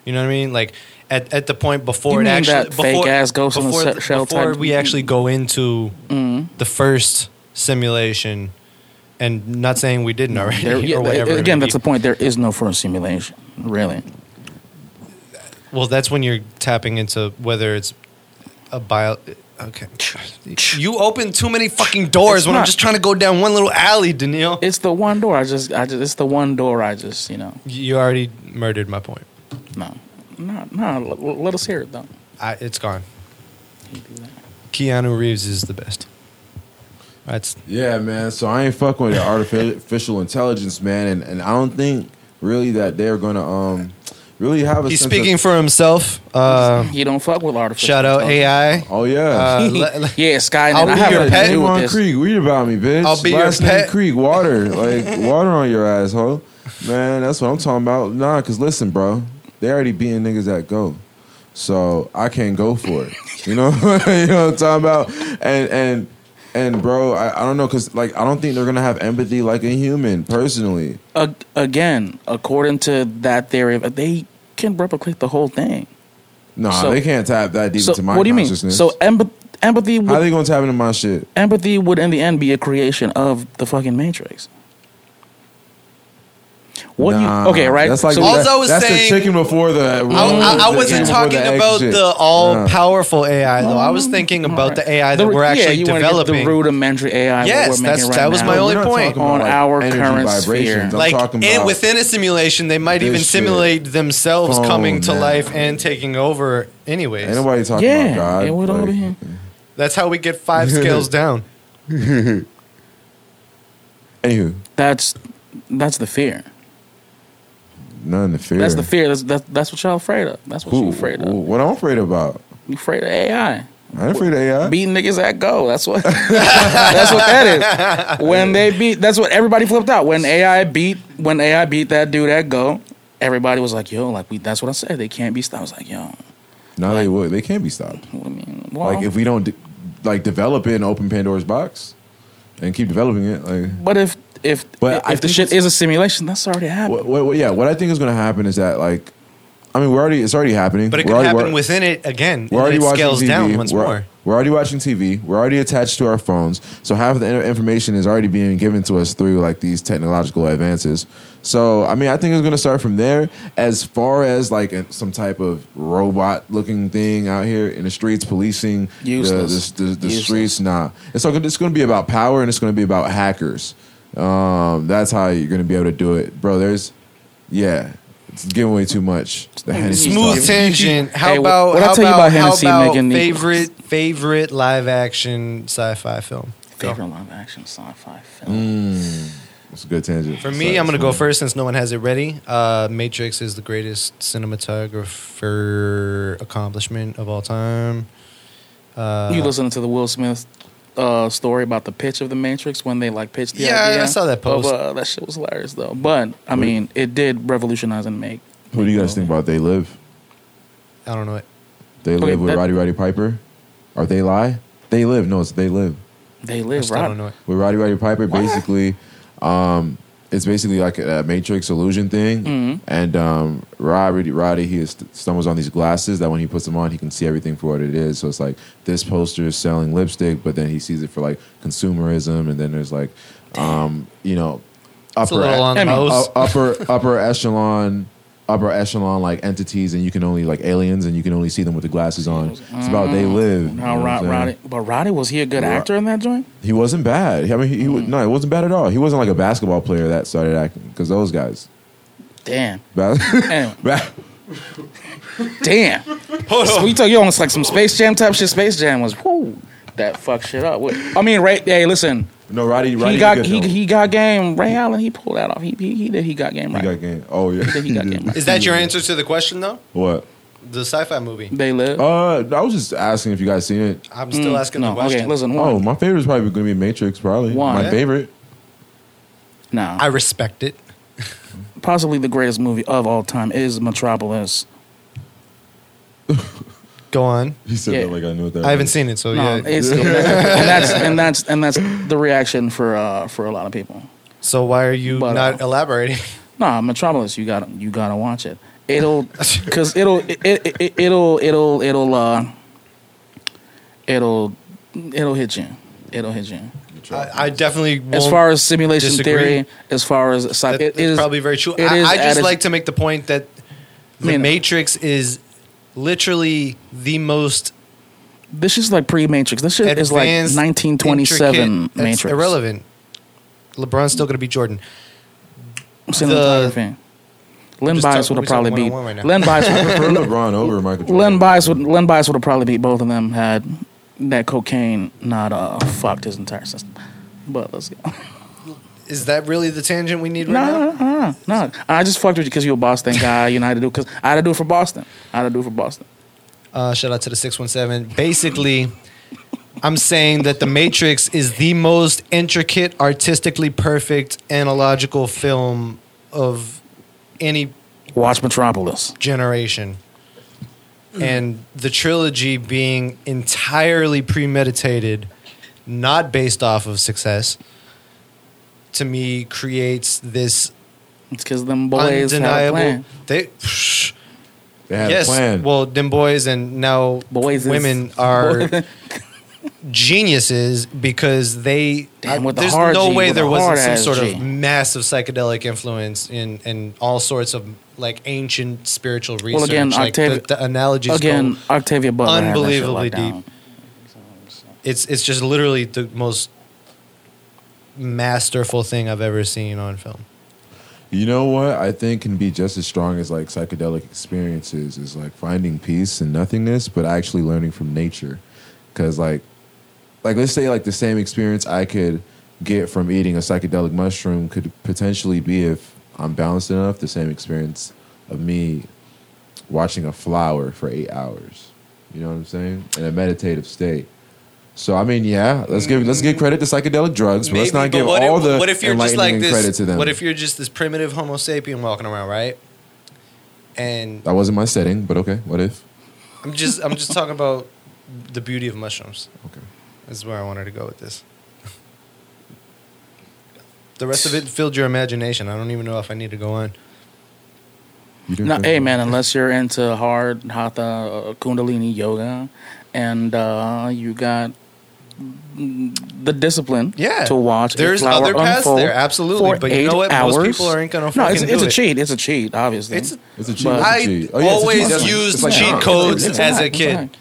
You know what I mean? Like at, at the point before You it mean actually that before, fake-ass Ghost in the before, Se- Shell before type- we actually go into Mhm. the first simulation, and not saying we didn't already There- yeah, or whatever. it again, may that's the be. point. There is no first simulation, really. well, that's when you're tapping into whether it's a bio. Okay. You open too many fucking doors It's when I'm not- just trying to go down one little alley, Daniil. It's the one door. I just, I just, it's the one door. I just, you know, You already murdered my point. no, no, no. Let, let us hear it though. I, it's gone. Keanu Reeves is the best. That's Yeah, man. So I ain't fucking with the artificial intelligence, man, and, and I don't think really that they're gonna um really have a. he's sense speaking Of, for himself. Uh, You don't fuck with artificial. shout out intelligence. AI. oh yeah. Uh, le- le- Yeah, Sky. I'll I be have your nothing pet. to do Avon with this. Creek, read about me, bitch. I'll be your Last name pet. Creek, water, like water on your asshole, man. That's what I'm talking about. Nah, cause listen, bro, they already beating niggas at go, so I can't go for it. You know, you know what I'm talking about, and and and bro, I, I don't know, cause like I don't think they're gonna have empathy like a human personally. Ag- again, according to that theory, they can replicate the whole thing. Nah, So- they can't tap that deep So into my what do you mean? consciousness. So empath- empathy how would they gonna tap into my shit? empathy would in the end be a creation of the fucking Matrix. What do Nah, you okay right? That's like so, All that- I was that's saying- the chicken before the. I, I, I the chicken wasn't before talking the egg about shit. the Nah. all powerful AI though. I was thinking all about right. the AI that The- we're yeah, actually you wanna get developing. The rudimentary AI. what Yes, we're making that's- right that was now. my We're only not point. talking about, On our energy current vibrations. sphere. I'm like talking about and within a simulation they might this even shit. simulate themselves Phone, coming to man. life and taking over anyways Ain't nobody talking Yeah, about God. it would all Like, be- that's how we get five scales down Anywho, That's that's the fear. none the fear. That's the fear. That's that's, that's what y'all afraid of. That's what Who- you afraid who- of. What I'm afraid about? You afraid of AI. I ain't afraid of AI. beating niggas at go. That's what that's what that is. When they beat that's what everybody flipped out. When AI beat when AI beat that dude at go, everybody was like, yo, like we that's what I said. They can't be stopped. I was like, yo, no, they would. They can't be stopped. what do you mean? Well, Like if we don't de- like develop it and open Pandora's box and keep developing it, like. but if if But I if the think shit it's- is a simulation, that's already happened. What, what, what- yeah, what I think is going to happen is that like I mean, we're already it's already happening. But it We're could already- happen we're- within it again. We're already and it watching scales TV. down once we're, more. we're already watching TV. We're already attached to our phones. So half of the in- information is already being given to us through like these technological advances. So I mean, I think it's going to start from there. As far as like a- some type of robot-looking thing out here in the streets policing the- Useless. the, the, the Useless. streets, nah. It's all gonna- it's going to be about power and it's going to be about hackers. Um, that's how you're going to be able to do it, bro. There's yeah, it's giving away too much. The Hennessy Smooth stuff. tangent. How Hey, wh- about what I how tell you about, about Hennessy how about making the- favorite favorite live action sci-fi film? Go. Favorite live action sci-fi film. It's a good tangent. For me, Sorry, I'm going to go sorry. first since no one has it ready. Uh, Matrix is the greatest cinematographer accomplishment of all time. Uh, you listening to the Will Smith uh, story about the pitch of the Matrix when they like pitched the Yeah, I idea? saw that Of, post. uh, that shit was hilarious though. But I mean, it did revolutionize and make. What do you guys think about They Live? I don't know it. They Okay, Live with that- Roddy Roddy Piper? Or They Lie? They Live. No, it's They Live. They I live still right. don't know it. With Roddy Roddy Piper, basically, um, it's basically like a Matrix illusion thing. Mhm. And um, Roddy, Roddy, he st- stumbles on these glasses that when he puts them on, he can see everything for what it is. So it's like this poster is selling lipstick, but then he sees it for like consumerism. And then there's like, um, you know, It's a upper, e-, little on the I mean, nose. u- upper upper echelon upper echelon like entities and you can only like aliens and you can only see them with the glasses on it's about they live you Mm-hmm. How know what I'm Rod, saying? Roddy, but Roddy was he a good Ro- actor in that joint? he wasn't bad i mean he, he Mm. wa- no it wasn't bad at all he wasn't like a basketball player that started acting because those guys Damn, bas- Anyway. ba- damn. so we talk you almost like some Space Jam type shit. Space Jam was whoo that fucked shit up. Wait, I mean, right? Hey, listen, no roddy roddy he did got good, he, though. he got game. Ray Allen he pulled that off. He he, he did he got game He right. got game oh yeah He got game right. Is that your answer to the question, though? what The sci-fi movie. They live. uh i was just asking if you guys seen it I'm Oh, still Mm, asking no, the question. Okay, listen. oh One, my favorite is probably gonna be matrix probably Why? my Yeah. favorite no, I respect it. possibly the greatest movie of all time is Metropolis. Go on. he said Yeah. that like i knew what that I haven't was. seen it, so No, Oh, yeah. Um, it's, and that's and that's and that's the reaction for uh, for a lot of people. So why are you But, not uh, elaborating? Nah, Metropolis, you got to you got to watch it. It'll because it'll it, it, it, it'll it'll it'll uh it'll it'll hit you. It'll hit you. I, I definitely won't. As far as simulation disagree. theory, as far as sci- that, it that's is probably very true. it I, is I at just its- like to make the point that the mean- Matrix is literally the most This is like pre-Matrix. This shit advanced, is like 1927 intricate- that's Matrix. irrelevant. LeBron's still going to be Jordan. Cinematography. Lynn just Bias talking- would we're have probably talking beat one-on-one right now. Len Bias would I prefer lebron over michael Jordan. Len Bias would Len Bias would have probably beat both of them had that cocaine not uh fucked his entire system. But let's go. Is that really the tangent we need right No, no, now? no, no. I just fucked with you because you're a Boston guy. You know how to do because I had to do it for Boston. I had to do it for Boston. Uh, shout out to the 617. Basically, I'm saying that The Matrix is the most intricate, artistically perfect, analogical film of any Watch Metropolis. generation. Mm. And the trilogy being entirely premeditated, not based off of success, to me creates this It's because them boys had a undeniable. plan. They, they had yes, a plan well, them boys and now Boys is- women are geniuses because they. Damn, with the there's hard no G, way with there the wasn't hard some ass sort G. of massive psychedelic influence in in all sorts of like ancient spiritual research. again, like Octavi- the, the analogies Again, go- Octavia Butler. unbelievably Unbelievably deep. deep. it's it's just literally the most masterful thing I've ever seen on film. You know what I think can be just as strong as like psychedelic experiences is like finding peace and nothingness, but actually learning from nature. Cause like, like let's say like the same experience I could get from eating a psychedelic mushroom could potentially be if I'm balanced enough, the same experience of me watching a flower for eight hours. You know what I'm saying? In a meditative state. So I mean, yeah, let's give let's give credit to psychedelic drugs, but let's not give all the enlightening and this? credit to them. What if you're just this primitive Homo sapien walking around, right? And That wasn't my setting, but okay. What if? I'm just I'm just talking about the beauty of mushrooms. Okay. This is where I wanted to go with this. The rest of it filled your imagination. I don't even know if I need to go on. You do No, good. hey man, unless you're into hard hatha uh, kundalini yoga, and uh, you got mm, the discipline, Yeah. to watch. a There's flower other paths unfold there, absolutely, for but you know eight what? Hours. Most people aren't gonna No, it's, fucking it's do a it. cheat. It's a cheat, obviously. It's- It's a cheat. But- it's I a cheat. Oh, yeah, it's a always cheat. It's like- used it's like cheat John. codes It's as a it's kid. not.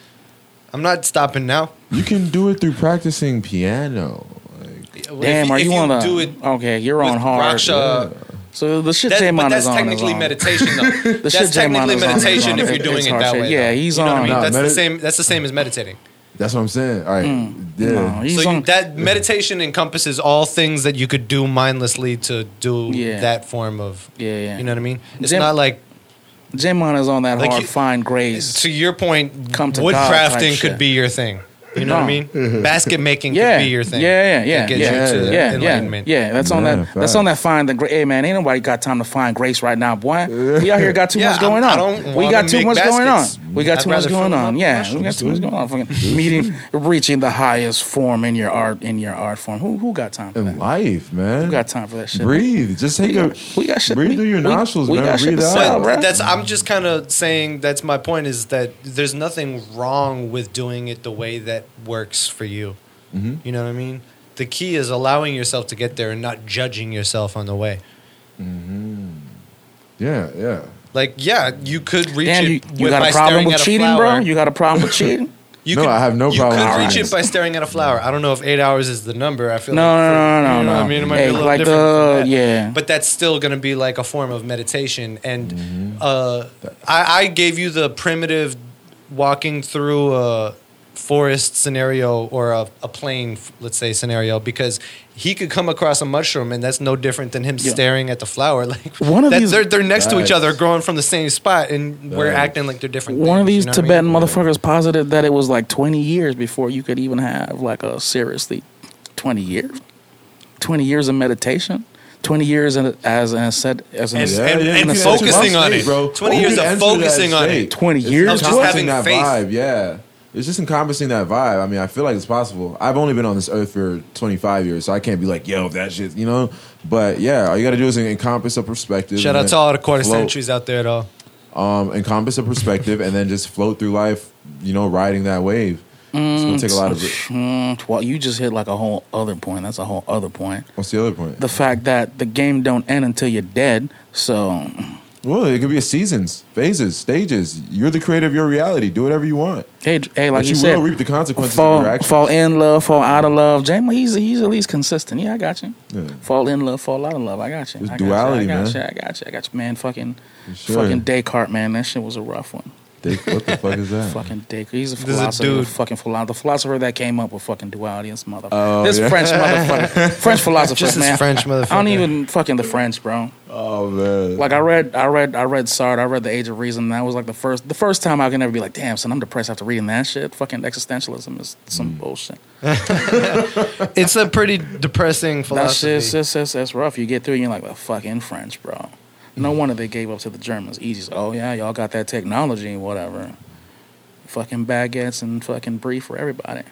I'm not stopping now. You can do it through practicing piano. Like, Damn, if, are if you on a? do it okay, you're with on hard. Raksha, So the shit that- J but Mon that's is on. technically is on. meditation, though. The shit that's J-Mon technically is on is meditation on. if you're It- doing it's it hard that shit. way. Yeah, though. he's you know What on. I mean? Nah, that's medit- the same. That's the same as meditating. that's what I'm saying. All right. Mm. Yeah. No, he's so you, on- that meditation encompasses all things that you could do mindlessly to do Yeah. that form of. Yeah, yeah. You know what I mean? It's Zen- not like J Mon is on that Like hard you- fine grace. to your point. Come to God type woodcrafting could shit. be your thing. You know what I mean? Basket making yeah, could be your thing. Yeah, yeah, that yeah, gets yeah, you yeah, to yeah, enlightenment. yeah. That's on that. Yeah, That's facts. on that. Find the grace. Hey man, ain't nobody got time to find grace right now, boy. We out here got too Yeah, much going I- I on. don't we wanna got too make much going baskets. on. We got I'd too much rather fill going them on. up Yeah, with we got too much going on. Fucking meeting, reaching the highest form in your art, in your art form. Who who got time for In that? life, man. Who got time for that shit? Breathe. Just take a. we got shit- Breathe we- through your we- nostrils, we man. got shit breathe to out. sell, But bruh. that's I'm just kind of saying that's my point is that there's nothing wrong with doing it the way that works for you. You know what I mean? The key is allowing yourself to get there and not judging yourself on the way. Yeah, yeah. Like, yeah, you could reach Damn, it you, you with- got by a problem staring with at a cheating, bro? flower. You got a problem with cheating? You No, I have no you problem could with reach cheating. it by staring at a flower. I don't know if eight hours is the number. I feel No, like no, no, no, you know no. what I mean, it might Hey, be a little like different. the- from that. yeah. but that's still going to be like a form of meditation. And Mm-hmm. uh, I, I gave you the primitive walking through a forest scenario or a, a plain, let's say, scenario because he could come across a mushroom and that's no different than him Yeah. staring at the flower. Like One of that- these- they're, they're next to each Facts. other, growing from the same spot, and we're Facts. acting like they're different. One of things, you these know what I mean? Tibetan motherfuckers posited that it was like 20 years before you could even have like a seriously 20 years, 20 years of meditation, 20 years in, as an ascet, as an And- ascetic. and- and you focusing enter that on state, it. 20 years You of enter that focusing on state. it. 20 It's years? Of just encompassing having that faith. vibe. Yeah, it's just encompassing that vibe. I mean, I feel like it's possible. I've only been on this earth for 25 years, so I can't be like, yo, that shit, you know. But yeah, all you got to do is encompass a perspective. Shout and out then to all the quarter float. centuries out there, though. Um, encompass a perspective, and then just float through life. You know, riding that wave. it's gonna take a lot of. Mm, well, you just hit like a whole other point. That's a whole other point. What's the other point? The fact that the game don't end until you're dead. So Well, it could be a seasons, phases, stages. You're the creator of your reality. Do whatever you want. hey, d- hey, like but you, you, said, will reap the consequences of your fall, actions. fall in love, fall out of love. Jamie, he's he's at least consistent. Yeah, I got you. Yeah. Fall in love, fall out of love. I got you. It's I got duality, you. I got man. you. I got you. I got you, man. Fucking, Sure. fucking Descartes, man. That shit was a rough one. They- what the fuck is that? Fucking Descartes. He's a is a philosopher. dude. Fucking philosopher. The philosopher that came up with fucking duality. This motherfucker. Oh, this yeah. French motherfucker. French philosopher, Just this man. French motherfucker. I don't even fucking the French, bro. Oh man. Like I read, I read, I read Sartre. I read The Age of Reason. And that was like the first, the first time I could never be like, damn, son, I'm depressed after reading that shit. Fucking existentialism is Mm. some bullshit. It's a pretty depressing That's philosophy. just, that's, that's, that's rough. You get through and you're like, the fucking French, bro. No Mm-hmm. wonder they gave up to the Germans. Easy. as, Oh, yeah, y'all got that technology and whatever. Fucking baguettes and fucking brie for everybody.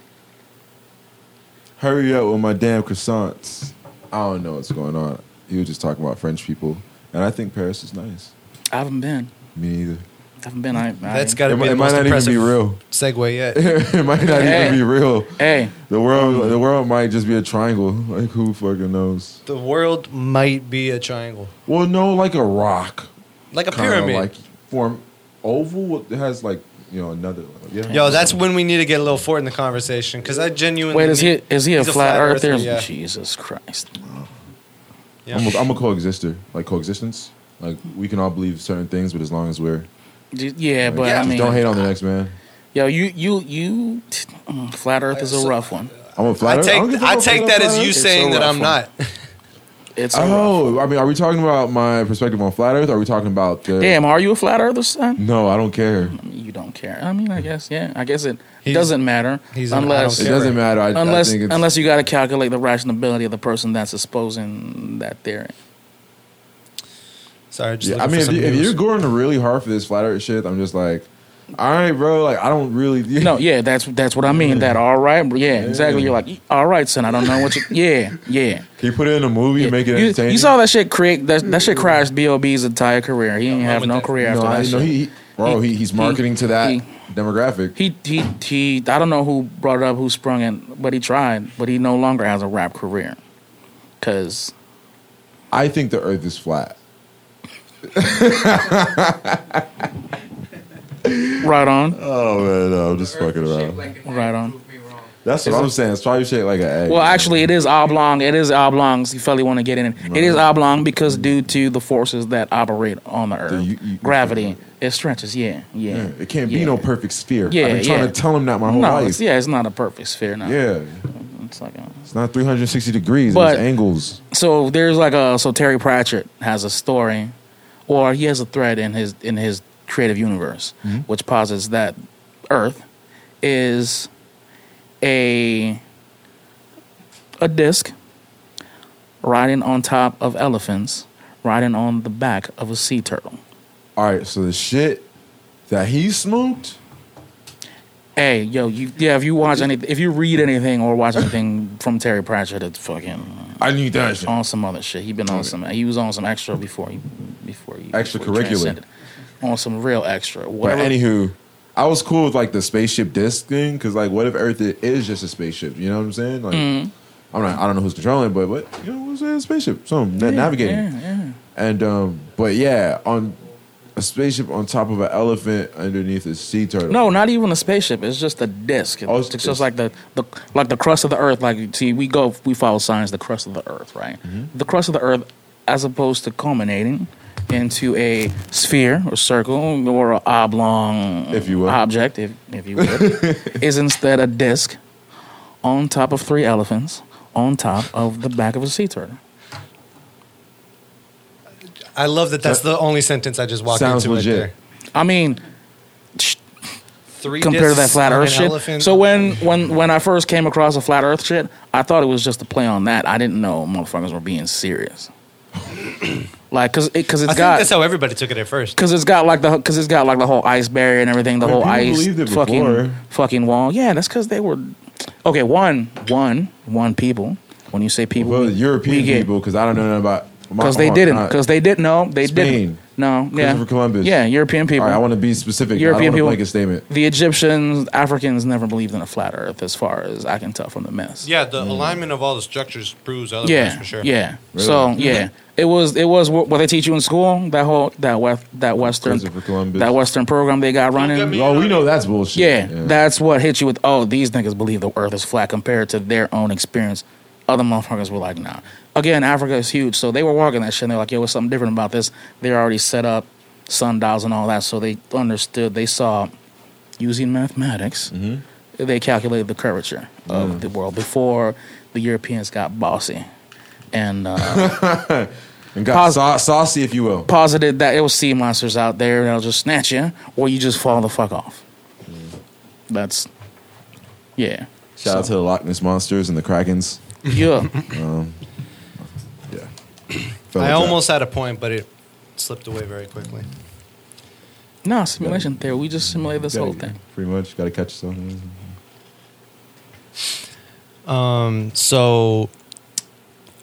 Hurry up with my damn croissants. I don't know what's going on. He was just talking about French people, and I think Paris is nice. I haven't been. Me neither. I haven't been. I, I That's got to It be might- the it might most not even impressive be real. segue yet. it might not Hey. even be real. Hey, The world, the world might just be a triangle. Like who fucking knows? The world might be a triangle, Well, no, like a rock, like a Kinda pyramid. like form oval. It has like you know another. Yeah. Yo, that's when we need to get a little fort in the conversation because I genuinely wait, is he, need- is he a he's flat, earther? Yeah. Jesus Christ. Yeah. I'm a, I'm a coexister. Like coexistence. Like we can all believe certain things, but as long as we're J- Yeah, but Yeah, I just mean, don't hate on the next man. yo, you, you, you, mm, flat earth is a So- rough one. I'm a I flat. take don't give a I fuck take about that flat as earth. you It's saying so that I'm rough. not. It's a rough Oh, I mean, are we talking about my perspective on flat Earth? Or are we talking about the? Damn, are you a flat earther, son? No, I don't care. You don't care. I mean, I guess yeah. I guess it He's- doesn't matter he's an unless It I don't care. doesn't matter. I, I unless think it's, unless you got to calculate the rationality of the person that's exposing that theory. Sorry, just Yeah, looking I mean, for if, some you, if news. you're going really hard for this flat Earth shit, I'm just like, all right, bro. Like I don't really. No, yeah, that's that's what I mean. That all right, yeah, exactly. You're like, all right, son. I don't know what you. Yeah, yeah. Can you put it in a movie yeah. and make it you, entertaining? you saw that shit create that that shit crashed Bob's entire career. He didn't wrong have with no that. career after No, I, that. no, shit. he, he- bro, he, he's marketing to that he- demographic. He he he. I don't know who brought it up, who sprung it, but he tried. But he no longer has a rap career because I think the Earth is flat. right on, Oh man, no, I'm just fucking around. right on. That's what I'm saying. It's probably shaped like an egg. Well, actually, it is oblong. It is oblong. So you fella want to get in it. It is oblong because due to the forces that operate on the earth, you- you- gravity, it stretches. Yeah, yeah. Yeah, Mm. it can't be yeah. no perfect sphere. Yeah, I've been trying yeah. to tell him that my whole No, life. it's, yeah, it's not a perfect sphere. No, Yeah, it's like a, it's not 360 degrees. But- There's angles. so. There's like a so Terry Pratchett has a story, or he has a thread in his in his creative universe, which posits that Earth is a a disc riding on top of elephants, riding on the back of a sea turtle. All right, so the shit that he smoked, Hey, yo, you yeah, if you watch any if you read anything or watch anything from Terry Pratchett, it's fucking I need that shit. on some other shit. He been on some he was on some extra before he before he before he Extracurricular. transcended. On some real extra. But Whatever. anywho, I was cool with like the spaceship disc thing because like, what if Earth i- is just a spaceship? You know what I'm saying? Like, Mm. I'm not. I don't know who's controlling, it, but what you know what I'm saying? Spaceship, some na- navigating. yeah, yeah. And um, but yeah, on a spaceship on top of an elephant underneath a sea turtle. No, not even a spaceship. It's just a disc. Oh, it's- it's, just like the, the like the crust of the earth. Like see, we go we follow science. The crust of the earth, right? Mm-hmm. The crust of the earth, as opposed to culminating into a sphere or circle or an oblong, If you will. object, if if you would, is instead a disc on top of three elephants on top of the back of a sea turtle. I love that. That's the only sentence I just walked Sounds into. legit. Right there. I mean, sh- Three compared to that discs flat on Earth an shit. elephant. So when when when I first came across the flat Earth shit, I thought it was just a play on that. I didn't know motherfuckers were being serious. like, cause it, cause I it's think got. that's how everybody took it at first. Cause it's got like the cause it's got like the whole ice barrier and everything, the I mean, whole people ice believed it before. fucking fucking wall. Yeah, that's because they were okay. One one one people. When you say people, well, we- European we people, get- 'cause people, because I don't know nothing about. my- because they my- didn't I- because they didn't no they Spain. didn't no yeah Christopher Columbus. yeah European people. All right, I want to be specific. European I don't people- want to make a statement. the Egyptians, Africans never believed in a flat Earth, as far as I can tell from the myths. Yeah, the alignment of all the structures proves otherwise yeah, for sure. yeah. Really? So yeah, it was it was what what they teach you in school. That whole that west that western Christopher Columbus. that western program they got running. Oh, we know that's bullshit. Yeah, that's what hit you with. Oh, these niggas believe the Earth is flat compared to their own experience. Other motherfuckers were like, nah. Again, Africa is huge, so they were walking that shit. and They're like, yo, what's something different about this? They're already set up sundials and all that, so they understood. They saw using mathematics, they calculated the curvature of the world before the Europeans got bossy and uh, and got Pos- sau- saucy, if you will. posited that it was sea monsters out there that'll just snatch you, or you just fall the fuck off. That's yeah, Shout out to the Loch Ness monsters and the Krakens. yeah. Yeah, Felt I that. almost had a point, but it slipped away very quickly. No simulation theory. We just simulate this Gotta- whole thing. Pretty much, got to catch yourself. Um, so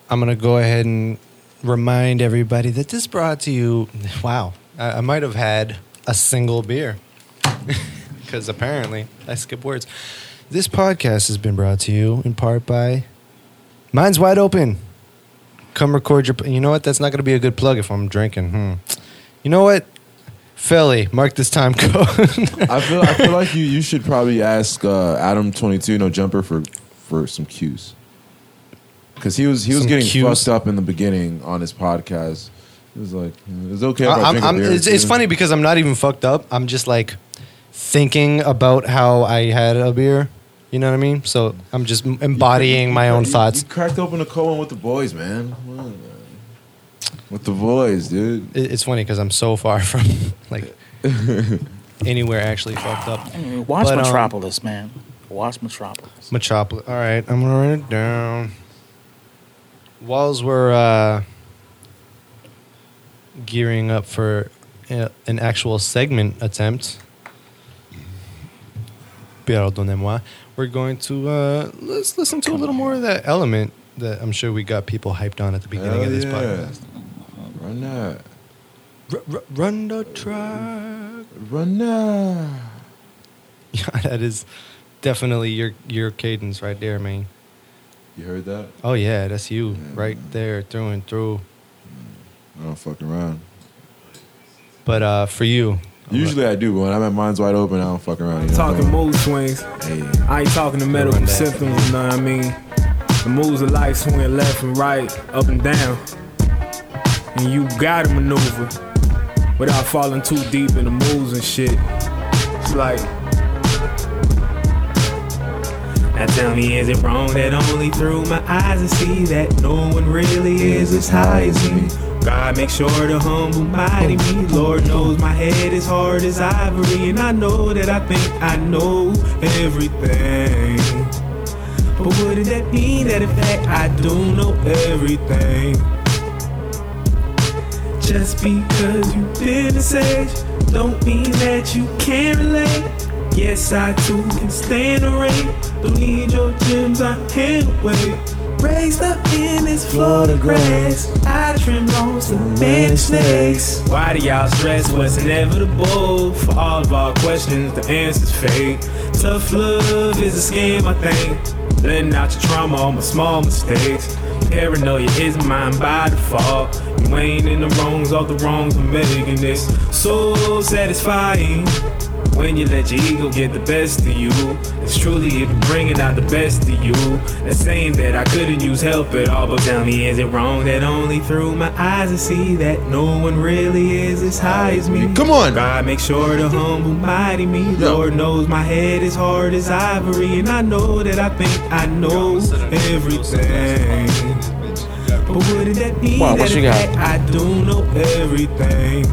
I'm gonna go ahead and remind everybody that this brought to you. Wow, I, I might have had a single beer because apparently I skip words. This podcast has been brought to you in part by Mine's Wide Open. Come record your. You know what? That's not gonna be a good plug if I'm drinking. Hmm. You know what? Philly, mark this time code. I feel, I feel like you, you should probably ask uh, Adam Twenty Two No Jumper for for some cues, because he was he was Some getting cues? fucked up in the beginning on his podcast. It was like it's okay. If I I'm, drink a I'm, beer or it's, it's two." funny because I'm not even fucked up. I'm just like thinking about how I had a beer. You know what I mean? So I'm just m- embodying my own You- thoughts. You cracked open a cold one with the boys, man. Come on, man. With the boys, dude. It- It's funny because I'm so far from like anywhere actually fucked up. Watch But, um, Metropolis, man. Watch Metropolis. Metropolis. All right, I'm gonna write it down. Walls were uh, gearing up for uh, an actual segment attempt. Pierre Donnez-moi, we're going to uh, let's listen to a little more of that element that I'm sure we got people hyped on at the beginning Hell of this yeah. podcast. Run that. R- r- run the track. Run that. Yeah, that is definitely your your cadence right there, man. You heard that? Oh yeah, that's you right there through and through. I don't fuck around. But uh, for you, Usually I do, but when I'm at Minds Wide Open, I don't fuck around. You know what Talking I'm mood swings. saying? Hey. I ain't talking the medical Run that. symptoms, you know what I mean? The moves of life swing left and right, up and down. And you gotta maneuver without falling too deep in the moves and shit. It's like, Now tell me, is it wrong that only through my eyes I see that no one really is as high as me? God, make sure to humble mighty me. Lord knows my head is hard as ivory, and I know that I think I know everything. But wouldn't that mean that in fact I do know everything? Just because you've been a sage don't mean that you can't relate. Yes, I too can stand the rain. Don't need your gems, I can't wait. Raised up in this Florida grass, I trim on some many snakes. Why do y'all stress what's inevitable? For all of our questions, the answer's fake. Tough love is a scam, I think. Letting out your trauma, all my small mistakes. Paranoia is mine by default. You ain't in the wrongs, all the wrongs I'm making. It's so satisfying when you let your ego get the best of you. It's truly it been bringing out the best of you. That's saying that I couldn't use help at all, but tell me, is it wrong that only through my eyes I see that no one really is as high as me? Come on. God, make sure to humble mighty me. Lord knows my head is hard as ivory, and I know that I think I know everything. But wouldn't that mean Wow, what that you in got? fact I don't know everything?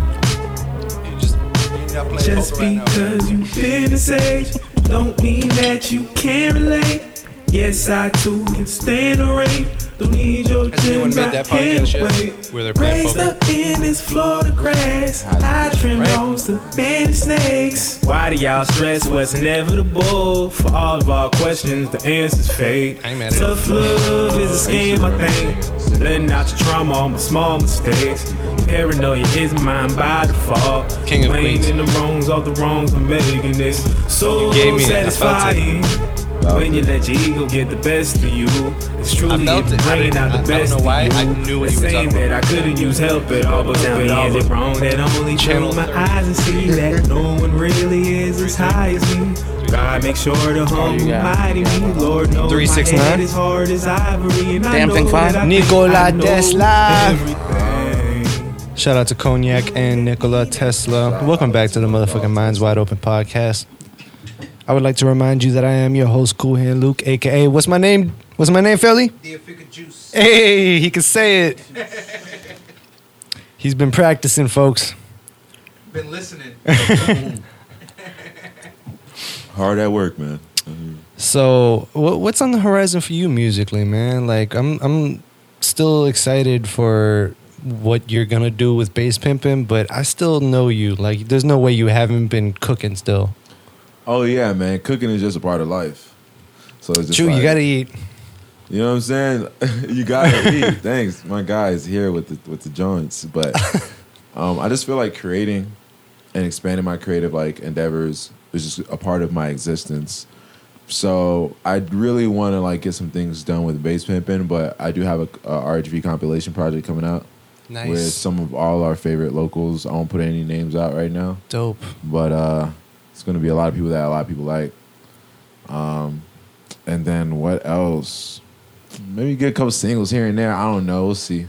Just because you've been a sage don't mean that you can't relate. Yes, I too can stand the rain. Don't need your Has anyone gems, made I that podcast can't yet? wait. Where they're playing Raised poker? up in this Florida grass, I trim Right. those the band snakes. Why do y'all stress what's inevitable? For all of our questions, the answer's fake. I ain't mad at it. Tough love is a scam, I think. Letting out your trauma, all my small mistakes. Paranoia is mine by default. King of Wayne Queens. in the wrongs, all the wrongs I'm making. It's so You gave me it. I felt satisfying. When you let your ego get the best of you, it's truly I felt it. I bringing didn't- out I- I the don't best know of you. why. I knew what It's you were saying talking that I couldn't use help at all, but tell me is it wrong that only Channel through my 30. eyes and see that no one really is as high as me. God, make sure to humble got- mighty me. Lord knows Three, six, my head nine? is hard as ivory, and Damn I thing know fine. that I think Nikola I know Tesla. everything. Shout out to Cognac and Nikola Tesla. Welcome back to the motherfucking Minds Wide Open podcast. I would like to remind you that I am your host, Cool Hand Luke, aka what's my name? What's my name, Philly? Hey, he can say it. He's been practicing, folks. Been listening. Hard at work, man. So, wha- what's on the horizon for you musically, man? Like, I'm I'm still excited for what you're gonna do with bass pimping, but I still know you. Like, there's no way you haven't been cooking still. Oh yeah, man. Cooking is just a part of life. So it's just True, you like- gotta eat. You know what I'm saying? you gotta eat. Thanks. My guy is here with the with the joints. But um, I just feel like creating and expanding my creative like endeavors is just a part of my existence. So I really want to like get some things done with bass pimping, but I do have a, a RHV compilation project coming out with Nice, some of all our favorite locals. I won't put any names out right now dope. but uh, it's gonna be a lot of people that a lot of people like. Um, and then what else? Maybe get a couple singles here and there. I don't know. We'll see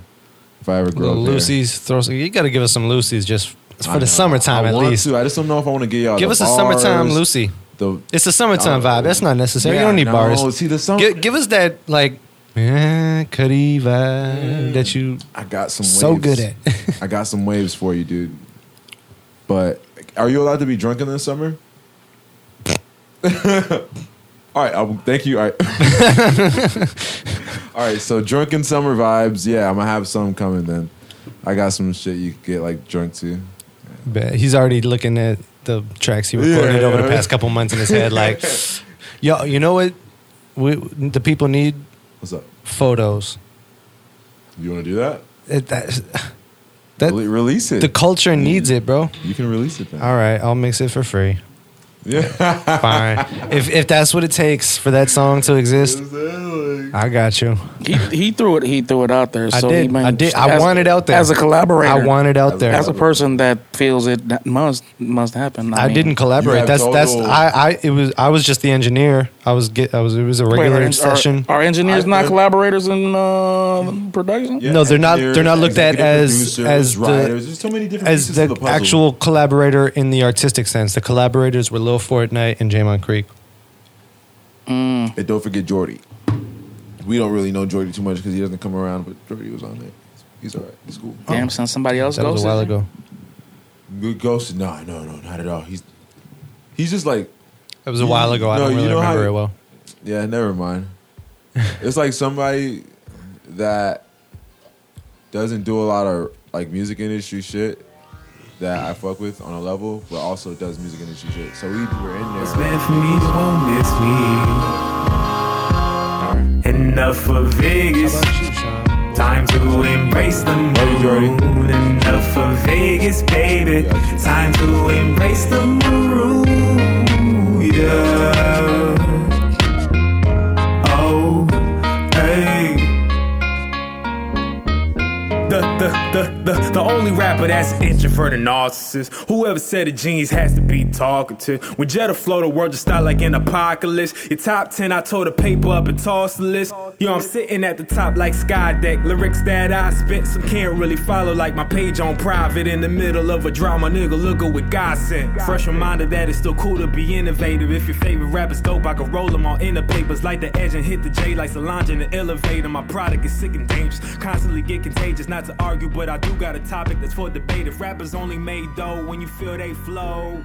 if I ever grow Little up there. Lucy's throw. Some, you gotta give us some Lucy's just I for the know. summertime I at want least. To. I just don't know if I want to get y'all. Give the us a summertime bars, Lucy. The It's a summertime I vibe. That's not necessary. Yeah, you don't need no, bars. See the summer. Give, give us that like eh, Cuddy vibe that you. I got some. So waves. good at. I got some waves for you, dude. But are you allowed to be drunk in the summer? All right, I'll, thank you. All right. All right, so drunken summer vibes. Yeah, I'm gonna have some coming then. I got some shit you could get like drunk to. But he's already looking at the tracks he recorded over the yeah. past couple months in his head. Like, yo, you know what? We the people need What's up? photos. You want to do that? It, that that Rele- release it. the culture needs it, bro. you can release it then. All right, I'll mix it for free. Yeah. Fine. if if that's what it takes for that song to exist, I got you. He he threw it he threw it out there. I so He did. might- I did. I as- want it out there as a collaborator. I want it out As there. as a person that feels it that must must happen. I mean, didn't You collaborate. have That's that's total- I, I it was I was just the engineer. I was get I was it was a wait, regular are- session. Are, are engineers I- not collaborators in uh, production? Yeah, No, they're not- they're not looked at executive as- producers, as the- writers. There's so many different as pieces the, to the puzzle. actual collaborator in the artistic sense, the collaborators were Lil Fortnite and Jamon Creek. And don't forget Jordy. We don't really know Jordy too much because he doesn't come around, but Jordy was on there. He's all right. He's cool. Damn, son, somebody else That was goes. a while ago. Good Ghost? No, no, no, not at all. He's he's just like That was a while ago. I No, don't you really know how remember you- it well. yeah, never mind. it's like somebody that doesn't do a lot of like music industry shit that I fuck with on a level, but also does music industry shit. So we were in What's there. meant for me won't miss me. Enough for Vegas. Time to embrace the Hey, Jordy. moon. Enough for Vegas, baby. Got you. Time to embrace the moon. Yeah. Oh, hey. The, the, the, the, the only rapper that's an introvert and narcissist. Whoever said a genius has to be talkative. When Jetta flow, the world just start like an apocalypse. Your top 10, I tore the paper up and tossed the list. Yo, I'm sitting at the top like Skydeck. Lyrics that I spit, some can't really follow like my page on private. In the middle of a drama, nigga, look at what God sent. Fresh reminder that it's still cool to be innovative. If your favorite rapper's dope, I can roll them all in the papers. Like the edge and hit the J like Solange in the elevator. My product is sick and dangerous. Constantly get contagious, not to argue, but I do got a topic that's for debate. If rappers only made dough when you feel they flow.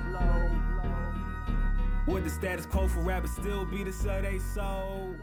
Would the status quo for rappers still be the say they sold?